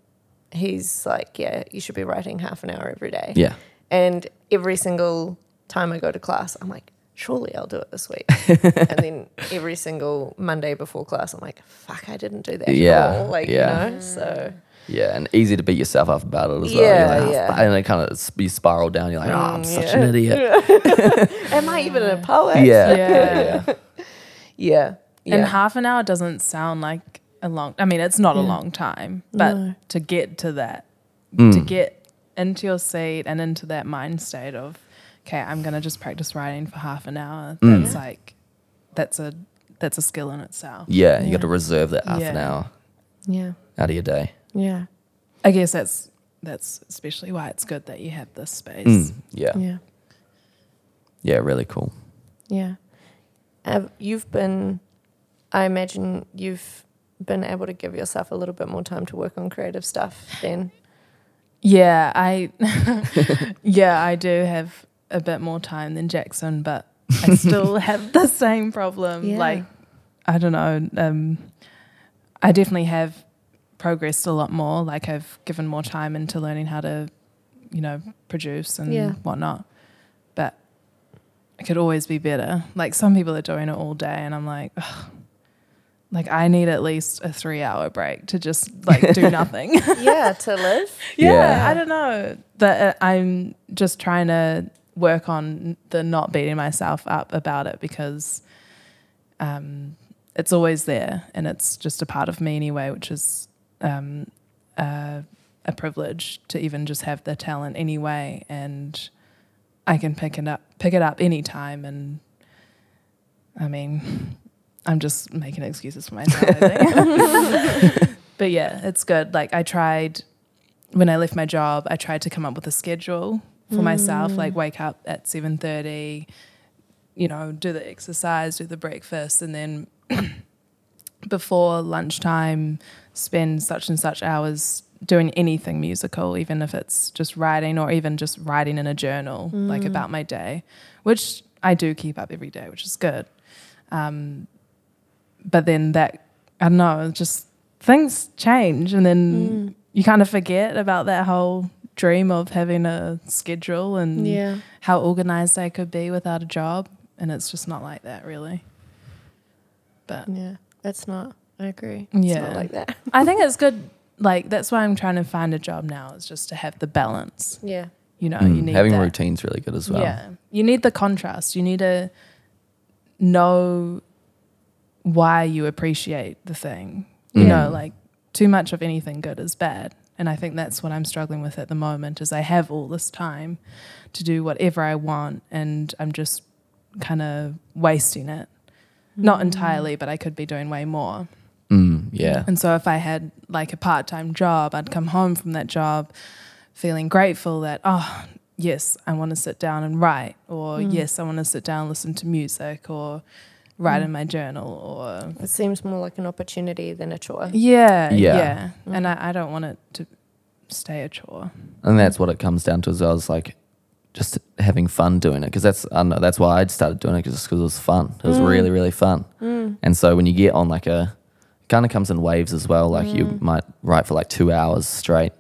Speaker 1: he's like, yeah, you should be writing half an hour every day.
Speaker 3: Yeah.
Speaker 1: And every single time I go to class, I'm like, surely I'll do it this week. and then every single Monday before class, I'm like, fuck, I didn't do that
Speaker 3: Yeah,
Speaker 1: at all. Like,
Speaker 3: yeah.
Speaker 1: you know, so
Speaker 3: Yeah, and easy to beat yourself up about it as well.
Speaker 1: Yeah,
Speaker 3: You're like,
Speaker 1: yeah.
Speaker 3: "Ah," And it kind of you spiral down. You're like, oh, I'm
Speaker 1: Mm,
Speaker 3: such
Speaker 1: yeah.
Speaker 3: an idiot.
Speaker 1: am I even a poet?
Speaker 3: Yeah, yeah,
Speaker 4: Yeah.
Speaker 3: yeah.
Speaker 1: Yeah.
Speaker 4: And
Speaker 1: yeah.
Speaker 4: half an hour doesn't sound like a long. I mean, it's not a long time, but
Speaker 1: No.
Speaker 4: to get to that, to
Speaker 3: Mm.
Speaker 4: get into your seat and into that mind state of, okay, I'm gonna just practice writing for half an hour.
Speaker 3: Mm.
Speaker 4: That's like, that's a that's a skill in itself.
Speaker 3: yeah, you
Speaker 1: Yeah.
Speaker 3: got to reserve that half an
Speaker 4: Yeah.
Speaker 3: hour
Speaker 1: yeah.
Speaker 3: out of your day.
Speaker 1: Yeah.
Speaker 4: I guess that's that's especially why it's good that you have this space.
Speaker 3: Mm. Yeah. yeah,
Speaker 1: Yeah.
Speaker 3: really cool.
Speaker 1: Yeah. Uh, you've been, I imagine you've been able to give yourself a little bit more time to work on creative stuff then.
Speaker 4: Yeah, I yeah, I do have a bit more time than Jackson, but I still have the same problem.
Speaker 1: Yeah.
Speaker 4: Like I don't know, um I definitely have progressed a lot more. Like I've given more time into learning how to, you know, produce and
Speaker 1: Yeah.
Speaker 4: whatnot. But it could always be better. Like some people are doing it all day and I'm like, ugh. Like I need at least a three hour break to just like do nothing.
Speaker 1: yeah, to live.
Speaker 4: yeah,
Speaker 3: Yeah.
Speaker 4: I don't know that uh, I'm just trying to work on the not beating myself up about it because um, it's always there and it's just a part of me anyway, which is um, uh, a privilege to even just have the talent anyway, and I can pick it up, pick it up anytime, and I mean. I'm just making excuses for myself, I think. but yeah, it's good. Like I tried when I left my job, I tried to come up with a schedule for myself, like wake up at 7:30, you know, do the exercise, do the breakfast and then before lunchtime spend such and such hours doing anything musical, even if it's just writing or even just writing in a journal like about my day, which I do keep up every day, which is good. Um, but then that I don't know, it's just things change and then you kind of forget about that whole
Speaker 3: Mm.
Speaker 4: dream of having a schedule and how organized I could be without a job. and it's just not like that really. But
Speaker 1: Yeah, it's not. I agree. It's
Speaker 4: Yeah.
Speaker 1: not like that.
Speaker 4: I think it's good. Like that's why I'm trying to find a job now is just to have the balance.
Speaker 1: Yeah.
Speaker 4: You know,
Speaker 3: Mm,
Speaker 4: Oh, you need
Speaker 3: having
Speaker 4: that.
Speaker 3: routines really good as well.
Speaker 4: Yeah, you need the contrast. You need to know why you appreciate the thing. You
Speaker 3: Mm.
Speaker 4: know, like too much of anything good is bad. And I think that's what I'm struggling with at the moment is I have all this time to do whatever I want and I'm just kind of wasting it. Not entirely, but I could be doing way more.
Speaker 3: Mm, yeah.
Speaker 4: And so if I had like a part time job, I'd come home from that job feeling grateful that, oh, yes, I want to sit down and write, or yes, I want to sit down and listen to music, or write in my journal, or
Speaker 1: It seems more like an opportunity than a chore.
Speaker 4: yeah,
Speaker 3: Yeah.
Speaker 4: yeah. And I, I don't want it to stay a chore.
Speaker 3: And that's what it comes down to as well. Is like just having fun doing it because that's I don't know that's why I started doing it 'cause- just because it was fun. It was
Speaker 4: Mm.
Speaker 3: really really fun. And so when you get on like a, kind of comes in waves as well. Like you
Speaker 4: Mm.
Speaker 3: might write for like two hours straight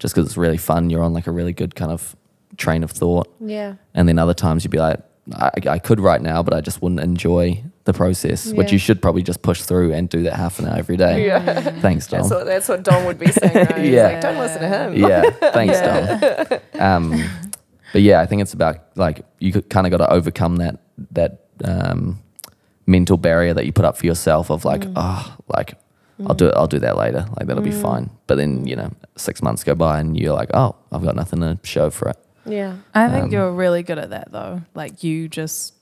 Speaker 3: just because it's really fun. You're on like a really good kind of train of thought.
Speaker 1: Yeah.
Speaker 3: And then other times you'd be like, I, I could write now, but I just wouldn't enjoy the process, which
Speaker 1: Yeah.
Speaker 3: you should probably just push through and do that half an hour every day.
Speaker 1: Yeah.
Speaker 3: Thanks, Dom.
Speaker 1: That's what that's what Don would be saying. Right? He's
Speaker 3: Yeah.
Speaker 1: like, Don't listen to him.
Speaker 3: Yeah, thanks, Dom. Um, but yeah, I think it's about like you kind of got to overcome that that um, mental barrier that you put up for yourself of
Speaker 4: Mm.
Speaker 3: like, oh, like I'll do it, I'll do that later, like that'll be fine. But then you know, six months go by and you're like, oh, I've got nothing to show for it.
Speaker 1: Yeah.
Speaker 4: I think
Speaker 3: Um,
Speaker 4: you're really good at that though. Like you just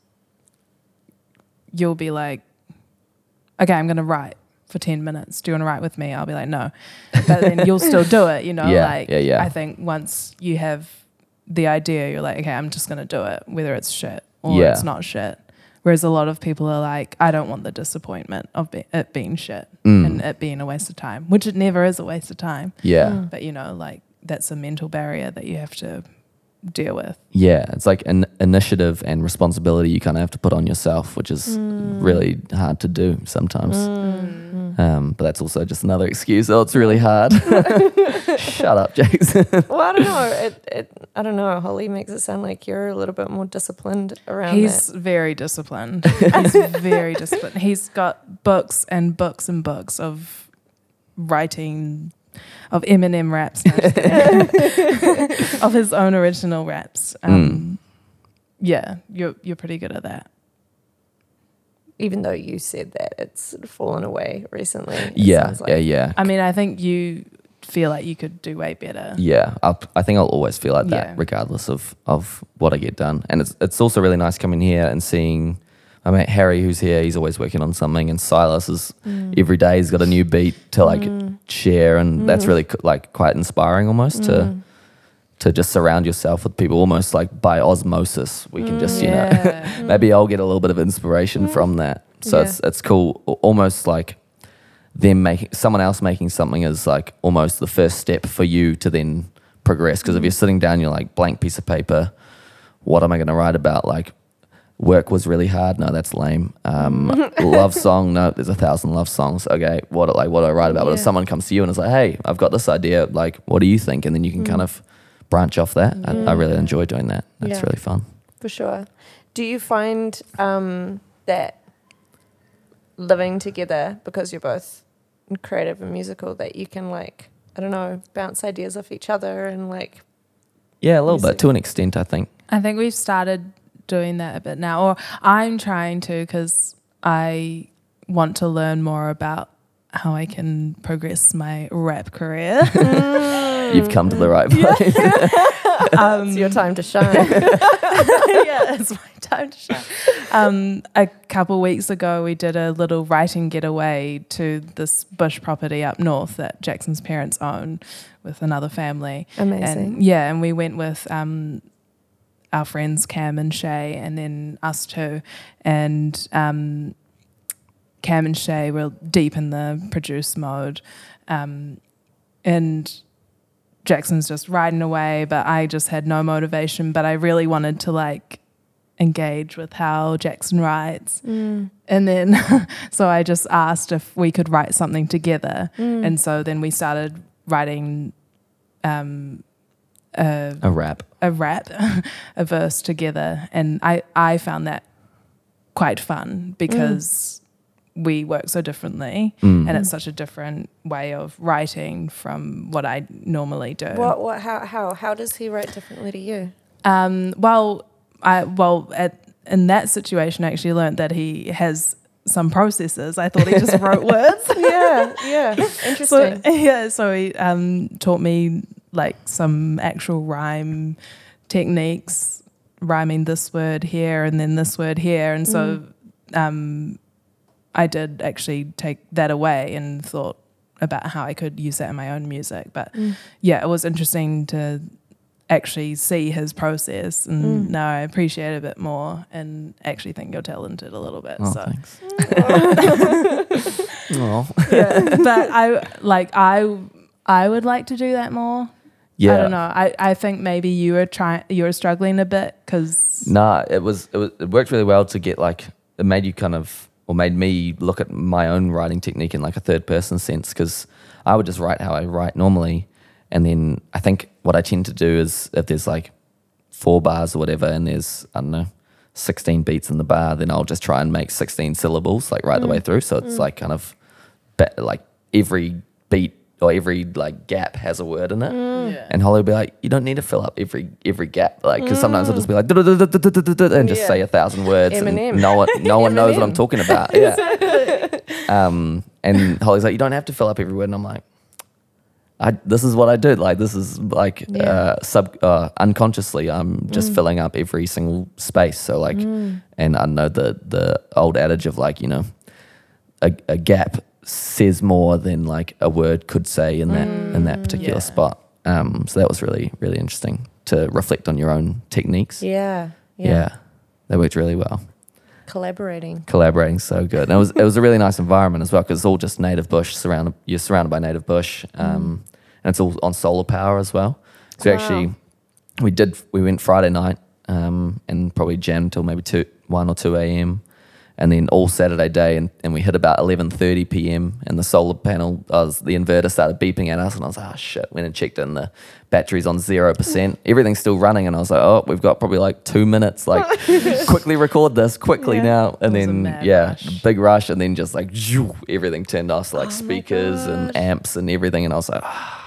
Speaker 4: you'll be like, Okay, I'm gonna write for ten minutes. Do you wanna write with me? I'll be like, No. But then you'll still do it, you know,
Speaker 3: Yeah,
Speaker 4: like
Speaker 3: yeah, yeah.
Speaker 4: I think once you have the idea, you're like, Okay, I'm just gonna do it, whether it's shit or
Speaker 3: Yeah.
Speaker 4: it's not shit. Whereas a lot of people are like, I don't want the disappointment of be- it being shit
Speaker 3: Hmm. Mm.
Speaker 4: and it being a waste of time, which it never is a waste of time.
Speaker 3: Yeah,
Speaker 4: But you know, like that's a mental barrier that you have to deal with.
Speaker 3: yeah. It's like an initiative and responsibility you kind of have to put on yourself, which is
Speaker 4: Mm.
Speaker 3: really hard to do sometimes.
Speaker 1: Mm.
Speaker 3: Um, but that's also just another excuse. Oh, it's really hard. Shut up, Jason.
Speaker 1: Well, I don't know. It, it I don't know. Holly makes it sound like you're a little bit more disciplined around
Speaker 4: He's
Speaker 1: that.
Speaker 4: very disciplined. He's very disciplined. He's got books and books and books of writing of Eminem raps, no, just kidding. of his own original raps.
Speaker 3: Hmm.
Speaker 4: Um, Yeah, you're you're pretty good at that.
Speaker 1: Even though you said that, it's sort of fallen away recently. it
Speaker 3: Yeah,
Speaker 1: sounds like.
Speaker 3: yeah, yeah,
Speaker 4: I mean, I think you feel like you could do way better.
Speaker 3: yeah. I'll, I think I'll always feel like that,
Speaker 4: Yeah.
Speaker 3: regardless of of what I get done. And it's it's also really nice coming here and seeing. I mean, Harry, who's here, he's always working on something, and Silas is
Speaker 1: Mm.
Speaker 3: every day he's got a new beat to like share, and that's really co- like quite inspiring almost
Speaker 1: Mm.
Speaker 3: to to just surround yourself with people almost like by osmosis. We can just you know
Speaker 1: Mm.
Speaker 4: Yeah.
Speaker 3: maybe I'll get a little bit of inspiration from that. So
Speaker 1: Yeah.
Speaker 3: it's it's cool, Al- almost like them making someone else making something is like almost the first step for you to then progress. Because if
Speaker 1: Mm.
Speaker 3: you're sitting down, you're like blank piece of paper. What am I going to write about? Like, work was really hard. No, that's lame. Um, love song. No, there's a thousand love songs. Okay, what like what do I write about? But if
Speaker 1: Yeah.
Speaker 3: someone comes to you and is like, "Hey, I've got this idea. Like, what do you think?" and then you can
Speaker 1: Mm.
Speaker 3: kind of branch off that. I, I really enjoy doing that. That's
Speaker 1: Yeah.
Speaker 3: really fun.
Speaker 1: for sure. Do you find um, that living together because you're both creative and musical that you can like I don't know bounce ideas off each other and like
Speaker 3: Yeah, a little bit
Speaker 1: Music.
Speaker 3: to an extent, I think.
Speaker 4: I think we've started doing that a bit now, or I'm trying to because I want to learn more about how I can progress my rap career. Mm.
Speaker 3: You've come to the right place.
Speaker 1: mm,
Speaker 4: um,
Speaker 1: it's your time to shine.
Speaker 4: yeah, it's my time to shine. Um, a couple weeks ago, we did a little writing getaway to this bush property up north that Jackson's parents own with another family.
Speaker 1: Amazing.
Speaker 4: And yeah, and we went with um, our friends Cam and Shay, and then us two. And um, Cam and Shay were deep in the produce mode, um, and Jackson's just riding away. But I just had no motivation. But I really wanted to like engage with how Jackson writes.
Speaker 1: Mm,
Speaker 4: And then, so I just asked if we could write something together.
Speaker 1: mm.
Speaker 4: And so then we started writing um, a,
Speaker 3: a rap.
Speaker 4: a rap, a verse together. And I, I found that quite fun because we work so differently
Speaker 3: Mm.
Speaker 4: and it's such a different way of writing from what I normally
Speaker 3: uh,
Speaker 4: do.
Speaker 1: What? What? How? How? How does he write differently to you?
Speaker 4: Um, well, I well at, in that situation, I actually learned that he has some processes. I thought he just wrote words.
Speaker 1: yeah. Yeah.
Speaker 4: So
Speaker 1: Interesting.
Speaker 4: yeah, so he um, taught me like some actual rhyme techniques, rhyming this word here and then this word here, and so
Speaker 1: Mm-hmm.
Speaker 4: um, I did actually take that away and thought about how I could use that in my own music. But
Speaker 1: Mm.
Speaker 4: yeah, it was interesting to actually see his process, and
Speaker 1: Mm.
Speaker 4: now I appreciate it a bit more, and actually think you're talented a little bit.
Speaker 3: Oh,
Speaker 4: so
Speaker 3: thanks.
Speaker 1: Mm.
Speaker 3: oh.
Speaker 4: but I like I I would like to do that more.
Speaker 3: Yeah.
Speaker 4: I don't know. I, I think maybe you were trying you were struggling a bit because
Speaker 3: Nah, it was, it was it worked really well to get like it made you kind of or made me look at my own writing technique in like a third person sense because I would just write how I write normally, and then I think what I tend to do is if there's like four bars or whatever, and there's I don't know sixteen beats in the bar, then I'll just try and make sixteen syllables like right the way through. So it's like kind of ba- like every beat or every like gap has a word in it.
Speaker 4: Mm.
Speaker 3: And Holly would be like, "You don't need to fill up every every gap, like because sometimes I'll just be like "Duh, duh, duh, duh, duh, duh, duh, duh," and just
Speaker 1: Yeah.
Speaker 3: say a thousand words, and
Speaker 1: Eminem.
Speaker 3: no one no one knows what I'm
Speaker 1: Eminem.
Speaker 3: talking about." Yeah. um, and Holly's like, "You don't have to fill up every word," and I'm like, "I this is what I do. Like this is like
Speaker 1: Yeah. Mm.
Speaker 3: uh, sub uh, unconsciously, I'm just filling up every single space. So like, and I know the the old adage of like you know, a, a gap says more than like a word could say in that
Speaker 1: Mm.
Speaker 3: in that particular
Speaker 4: yeah.
Speaker 3: spot. Um, so that was really really interesting to reflect on your own techniques.
Speaker 1: yeah, yeah.
Speaker 3: Yeah. They worked really well.
Speaker 1: Collaborating.
Speaker 3: Collaborating so good. And it was it was a really nice environment as well because it's all just native bush surrounded. You're surrounded by native bush, um, and it's all on solar power as well. So
Speaker 1: Wow.
Speaker 3: actually, we did we went Friday night um, and probably jammed till maybe two one or two a.m. and then all Saturday day and, and we hit about eleven thirty p.m. and the solar panel uh, the inverter started beeping at us and I was like oh shit went and checked in the batteries on zero percent everything's still running and I was like oh we've got probably like two minutes like quickly record this quickly
Speaker 4: Yeah.
Speaker 3: now and
Speaker 4: It was a
Speaker 3: then
Speaker 4: mad
Speaker 3: yeah
Speaker 4: rush.
Speaker 3: big rush and then just like zhoo, everything turned off so like
Speaker 1: Oh my
Speaker 3: speakers
Speaker 1: gosh.
Speaker 3: and amps and everything and I was like oh,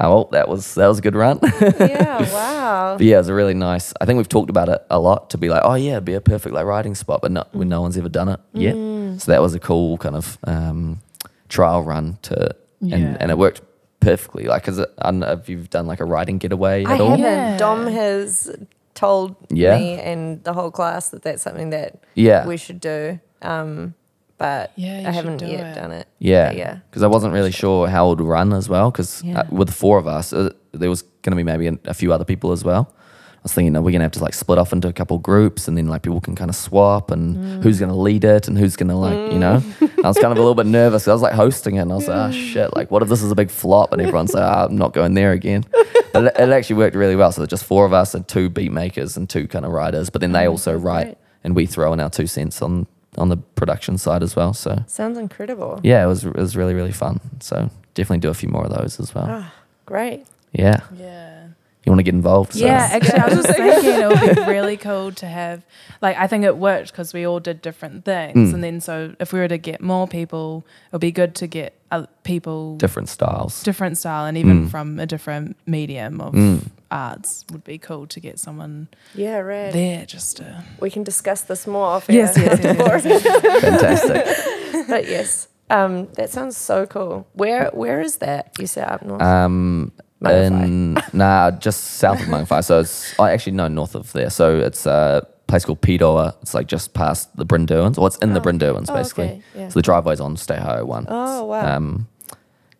Speaker 3: well that was that was a good run.
Speaker 1: yeah. Wow.
Speaker 3: But yeah, it was a really nice. I think we've talked about it a lot to be like, oh yeah, it'd be a perfect like writing spot, but not when no one's ever done it yet.
Speaker 4: Mm.
Speaker 3: So that was a cool kind of um, trial run to,
Speaker 4: Yeah.
Speaker 3: and, and it worked perfectly. Like, cause it, I don't know if you've done like a writing getaway
Speaker 1: I
Speaker 3: at all.
Speaker 1: haven't.
Speaker 4: Yeah.
Speaker 1: Dom has told
Speaker 3: Yeah.
Speaker 1: me and the whole class that that's something that
Speaker 3: Yeah,
Speaker 1: we should do. Um, but
Speaker 4: Yeah, you
Speaker 1: I
Speaker 4: should
Speaker 1: haven't
Speaker 4: do
Speaker 1: yet
Speaker 4: it.
Speaker 1: done it.
Speaker 3: yeah,
Speaker 1: But yeah.
Speaker 3: Because I wasn't really sure how it would run as well. Because
Speaker 1: Yeah.
Speaker 3: uh, with the four of us, uh, there was going to be maybe a, a few other people as well. I was thinking, are we going to have to like split off into a couple groups and then like people can kind of swap and
Speaker 1: Mm.
Speaker 3: who's going to lead it and who's going to like, you know? I was kind of a little bit nervous. 'cause I was like hosting it and I was
Speaker 1: Mm.
Speaker 3: like, oh shit, like what if this is a big flop and everyone's like, "Ah, I'm not going there again. But it, it actually worked really well. So just four of us and two beat makers and two kind of writers, but then they also write
Speaker 1: Mm, great.
Speaker 3: and we throw in our two cents on on the production side as well. So
Speaker 1: Sounds incredible.
Speaker 3: yeah, it was it was really really fun. So definitely do a few more of those as well.
Speaker 1: Ah, great.
Speaker 3: Yeah,
Speaker 4: yeah.
Speaker 3: you want to get involved? So.
Speaker 4: Yeah, actually, I was just thinking it would be really cool to have. Like, I think it worked because we all did different things,
Speaker 3: Mm.
Speaker 4: and then so if we were to get more people, it would be good to get other people
Speaker 3: different styles.
Speaker 4: different style, and even
Speaker 3: Mm.
Speaker 4: from a different medium of
Speaker 3: Mm.
Speaker 4: arts would be cool to get someone
Speaker 1: Yeah, right.
Speaker 4: there just to.
Speaker 1: we can discuss this more off air.
Speaker 4: Yes, yes, yes, yes, yes.
Speaker 3: Fantastic.
Speaker 1: but yes, um, that sounds so cool. Where where is that? You said up north.
Speaker 3: Um,
Speaker 1: Mangawhai.
Speaker 3: in, nah, just south of Mangawhai. So it's oh, actually no, north of there. So it's a place called Pedoa. It's like just past the Brindoans, or it's in the
Speaker 1: Oh.
Speaker 3: Brindoans
Speaker 1: Oh,
Speaker 3: basically.
Speaker 1: okay, yeah.
Speaker 3: So the driveway's on State Highway One.
Speaker 1: Oh, wow.
Speaker 3: Um,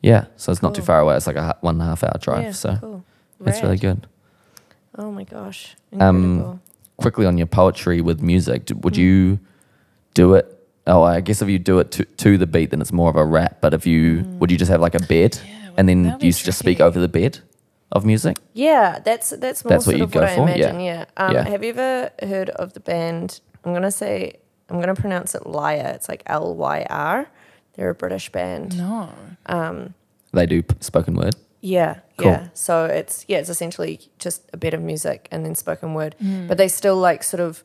Speaker 3: yeah, so it's not too
Speaker 1: Cool.
Speaker 3: far away. It's like a ha- one and a half hour drive.
Speaker 1: Yeah,
Speaker 3: so
Speaker 1: cool.
Speaker 3: it's really
Speaker 1: Rad.
Speaker 3: good.
Speaker 1: Oh my gosh.
Speaker 3: Um,
Speaker 1: Incredible.
Speaker 3: quickly on your poetry with music, d-
Speaker 1: Hmm.
Speaker 3: would you do it? Oh, I guess if you do it to, to the beat, then it's more of a rap. But if you
Speaker 1: Hmm.
Speaker 3: would you just have like a bed
Speaker 4: Yeah, well,
Speaker 3: and then
Speaker 4: that'd
Speaker 3: you
Speaker 4: be
Speaker 3: s- just speak
Speaker 4: tricky.
Speaker 3: over the bed of music?
Speaker 1: Yeah, that's that's more
Speaker 3: That's what
Speaker 1: sort
Speaker 3: you'd
Speaker 1: of what
Speaker 3: go for,
Speaker 1: I
Speaker 3: yeah.
Speaker 1: imagine. Yeah. Um,
Speaker 3: Yeah.
Speaker 1: Have you ever heard of the band? I'm gonna say I'm gonna pronounce it Lyre. It's like L Y R. They're a British band.
Speaker 4: No.
Speaker 1: Um,
Speaker 3: They do p- spoken word.
Speaker 1: yeah,
Speaker 3: Cool.
Speaker 1: yeah. So it's yeah, it's essentially just a bit of music and then spoken word, but they still like sort of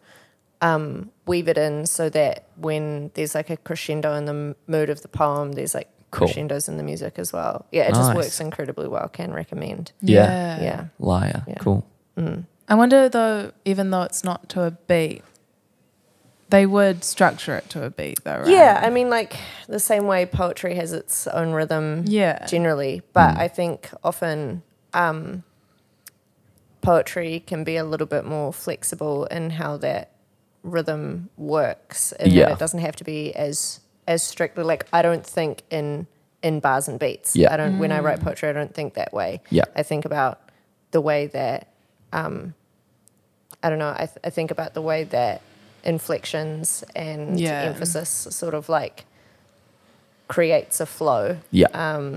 Speaker 1: um, weave it in so that when there's like a crescendo in the m- mood of the poem, there's like
Speaker 3: Cool.
Speaker 1: crescendos in the music as well. Yeah, it just
Speaker 3: Nice.
Speaker 1: works incredibly well. Can recommend.
Speaker 3: Yeah.
Speaker 1: Yeah. Mm.
Speaker 3: Liar.
Speaker 1: Yeah.
Speaker 3: Cool.
Speaker 4: I wonder though, even though it's not to a beat, they would structure it to a beat though, right?
Speaker 1: Yeah, I mean, like the same way poetry has its own rhythm
Speaker 4: Yeah.
Speaker 1: generally, but
Speaker 3: Mm.
Speaker 1: I think often um, poetry can be a little bit more flexible in how that rhythm works, and
Speaker 3: Yeah.
Speaker 1: it doesn't have to be as as strictly. Like I don't think in in bars and beats.
Speaker 3: Yeah.
Speaker 1: I don't when I
Speaker 4: Mm.
Speaker 1: write poetry, I don't think that way.
Speaker 3: Yeah.
Speaker 1: I think about the way that um, I don't know. I, th- I think about the way that inflections and
Speaker 4: Yeah.
Speaker 1: emphasis sort of like creates a flow,
Speaker 3: Yeah.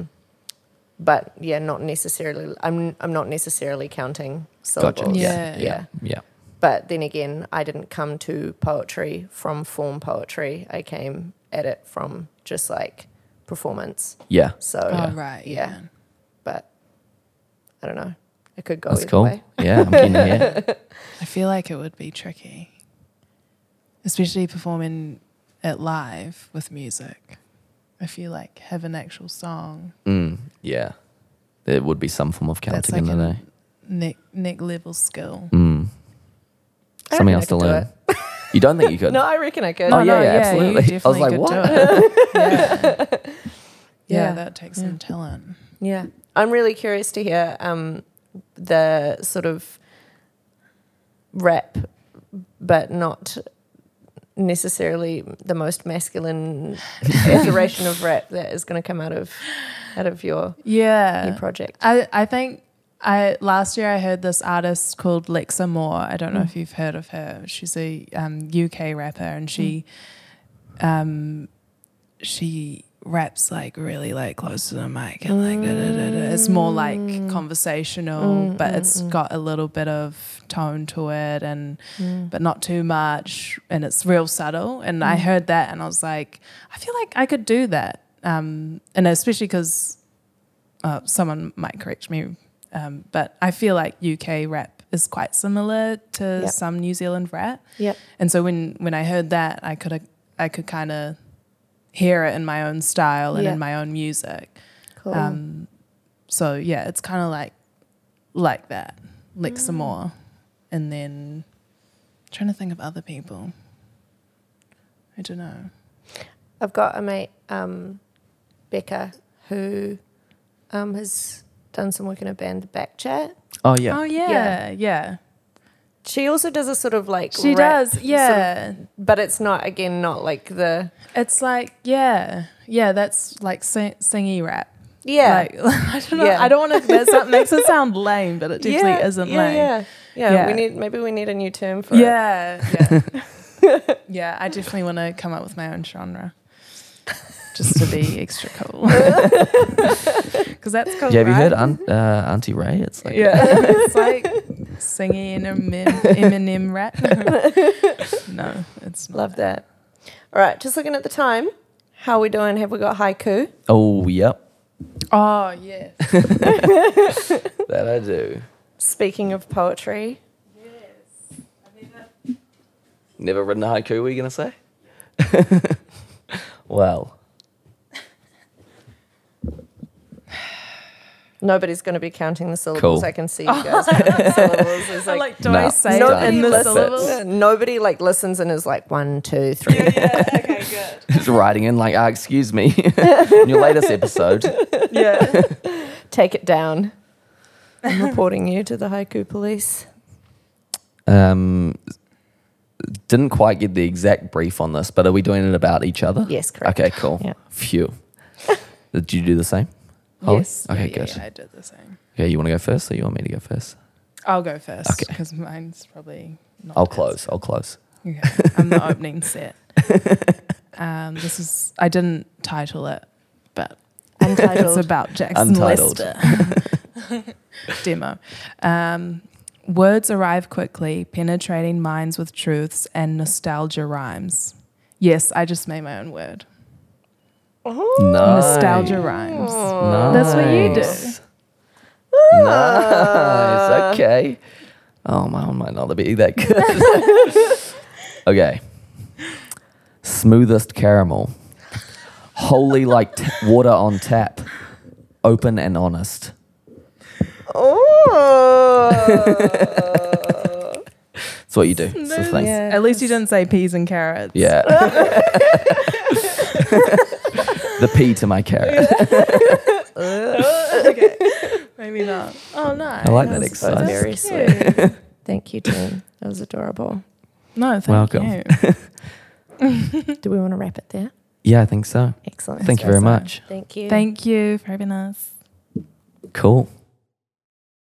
Speaker 1: but yeah, not necessarily. I'm I'm not necessarily counting syllables.
Speaker 3: gotcha. Yeah.
Speaker 4: Yeah.
Speaker 3: Yeah.
Speaker 1: yeah.
Speaker 3: Yeah. Yeah.
Speaker 1: But then again, I didn't come to poetry from form poetry. I came at it from just like performance. So
Speaker 4: Oh, right.
Speaker 1: yeah.
Speaker 4: Yeah.
Speaker 1: But I don't know. It could go
Speaker 3: That's
Speaker 1: either
Speaker 3: cool.
Speaker 1: way.
Speaker 3: Yeah. I'm keen to hear.
Speaker 4: I feel like it would be tricky, especially performing it live with music. I feel like have an actual song.
Speaker 3: Mm, yeah. There would be some form of
Speaker 4: That's
Speaker 3: counting
Speaker 4: like
Speaker 3: in there.
Speaker 4: a neck, neck level skill.
Speaker 3: Mm.
Speaker 1: I
Speaker 3: Something
Speaker 1: reckon I
Speaker 3: else to
Speaker 1: could do
Speaker 3: learn. You don't think you could?
Speaker 1: No, I reckon I could.
Speaker 3: Oh, yeah, yeah,
Speaker 4: you
Speaker 3: absolutely. I was
Speaker 4: definitely
Speaker 3: like,
Speaker 4: could do
Speaker 3: what?
Speaker 4: it. yeah.
Speaker 1: Yeah.
Speaker 4: yeah, that takes
Speaker 1: Yeah.
Speaker 4: some talent.
Speaker 1: Yeah. I'm really curious to hear um, the sort of rap, but not necessarily the most masculine iteration of rap that is going to come out of out of your
Speaker 4: Yeah.
Speaker 1: your project.
Speaker 4: I, I think I last year I heard this artist called Lexa Moore. I don't know if you've heard of her. She's a um, UK rapper and she um, she raps like really like close to the mic and like da, da, da, da. it's more like conversational, but it's got a little bit of tone to it and
Speaker 1: Mm.
Speaker 4: but not too much and it's real subtle. And I heard that and I was like, I feel like I could do that. Um, and especially because uh, someone might correct me, um, but I feel like UK rap is quite similar to
Speaker 1: Yep.
Speaker 4: some New Zealand rap.
Speaker 1: Yep.
Speaker 4: And so when when I heard that, I could I could kind of hear it in my own style and
Speaker 1: Yeah.
Speaker 4: in my own music.
Speaker 1: Cool.
Speaker 4: Um, so yeah, it's kind of like like that, like
Speaker 1: Mm.
Speaker 4: some more, and then trying to think of other people. I don't know.
Speaker 1: I've got a mate, um, Becca, who um, has done some work in a band, The Back Chat.
Speaker 3: Oh, yeah.
Speaker 4: Oh yeah, yeah.
Speaker 1: She also does a sort of like
Speaker 4: She
Speaker 1: rap
Speaker 4: does.
Speaker 1: sort of-
Speaker 4: Yeah.
Speaker 1: but it's not again not like the
Speaker 4: It's like, yeah, yeah, that's like sing- singy rap.
Speaker 1: yeah
Speaker 4: Like, I don't know.
Speaker 1: Yeah.
Speaker 4: I don't want to, that makes it sound lame, but it definitely isn't
Speaker 1: yeah,
Speaker 4: lame.
Speaker 1: Yeah. yeah,
Speaker 4: Yeah.
Speaker 1: We need maybe we need a new term for it.
Speaker 4: Yeah. Yeah. yeah. I definitely want to come up with my own genre just to be extra cool. Because that's cool.
Speaker 3: Yeah. Have you
Speaker 4: right?
Speaker 3: heard Aunt, uh, Auntie Ray? It's like,
Speaker 4: Yeah. it's like singing Eminem, Eminem rap. no, it's not.
Speaker 1: Love that. All right, just looking at the time. How we doing? Have we got haiku?
Speaker 3: oh, yep.
Speaker 4: Oh, yeah.
Speaker 3: That I do.
Speaker 1: Speaking of poetry,
Speaker 3: Never written a haiku, were you going to say? well,
Speaker 1: nobody's going to be counting the syllables.
Speaker 3: Cool.
Speaker 1: I can see you guys. counting the syllables. It's
Speaker 4: Like,
Speaker 1: like,
Speaker 4: like, do
Speaker 3: Nah.
Speaker 4: I say
Speaker 3: No,
Speaker 4: it
Speaker 1: nobody
Speaker 4: in the
Speaker 3: listen.
Speaker 4: syllables?
Speaker 1: listens. Nobody like listens and is like one, two, three.
Speaker 4: Okay, good.
Speaker 3: just writing in like, ah, excuse me, in your latest episode.
Speaker 4: Yeah.
Speaker 1: Take it down. I'm reporting you to the haiku police.
Speaker 3: Um, didn't quite get the exact brief on this, but are we doing it about each other?
Speaker 1: Yes, correct.
Speaker 3: Okay, cool.
Speaker 1: Yeah.
Speaker 3: Phew. Did you do the same? Holly?
Speaker 4: Yes.
Speaker 3: Oh, Okay,
Speaker 4: yeah,
Speaker 3: good.
Speaker 4: Yeah, I did the same.
Speaker 3: Okay, you want to go first or you want me to go first?
Speaker 4: I'll go first
Speaker 3: Okay.
Speaker 4: because mine's probably not.
Speaker 3: I'll
Speaker 4: as-
Speaker 3: close. I'll close.
Speaker 4: Okay. I'm the opening set. Um, this is, I didn't title it, but it's
Speaker 1: Untitled.
Speaker 4: about Jackson
Speaker 3: Untitled.
Speaker 4: Lester. Demo. Um, words arrive quickly, penetrating minds with truths and nostalgia rhymes. Yes, I just made my own word.
Speaker 3: Nice.
Speaker 4: Nostalgia rhymes.
Speaker 3: Nice.
Speaker 4: That's what you do. Ah.
Speaker 3: oh, Nice. Okay. Oh, mine might not be that good. Okay. Smoothest caramel. Holy like t- water on tap. Open and honest.
Speaker 1: Oh.
Speaker 3: That's what you do. It's the thing. Yeah.
Speaker 1: Yeah,
Speaker 4: At least you didn't say peas and carrots.
Speaker 3: the P to my carrot.
Speaker 4: okay. Maybe not. Oh, nice.
Speaker 3: I like
Speaker 1: That
Speaker 3: that
Speaker 1: was
Speaker 3: exercise.
Speaker 1: Very
Speaker 4: That's
Speaker 1: sweet. Thank you, Tim. That was adorable.
Speaker 4: No, thank
Speaker 3: Welcome.
Speaker 4: you.
Speaker 1: Do we want to wrap it there?
Speaker 3: Yeah, I think so.
Speaker 1: Excellent.
Speaker 3: Thank you very
Speaker 4: awesome.
Speaker 3: much.
Speaker 1: Thank you.
Speaker 4: Thank you for having us.
Speaker 3: Cool.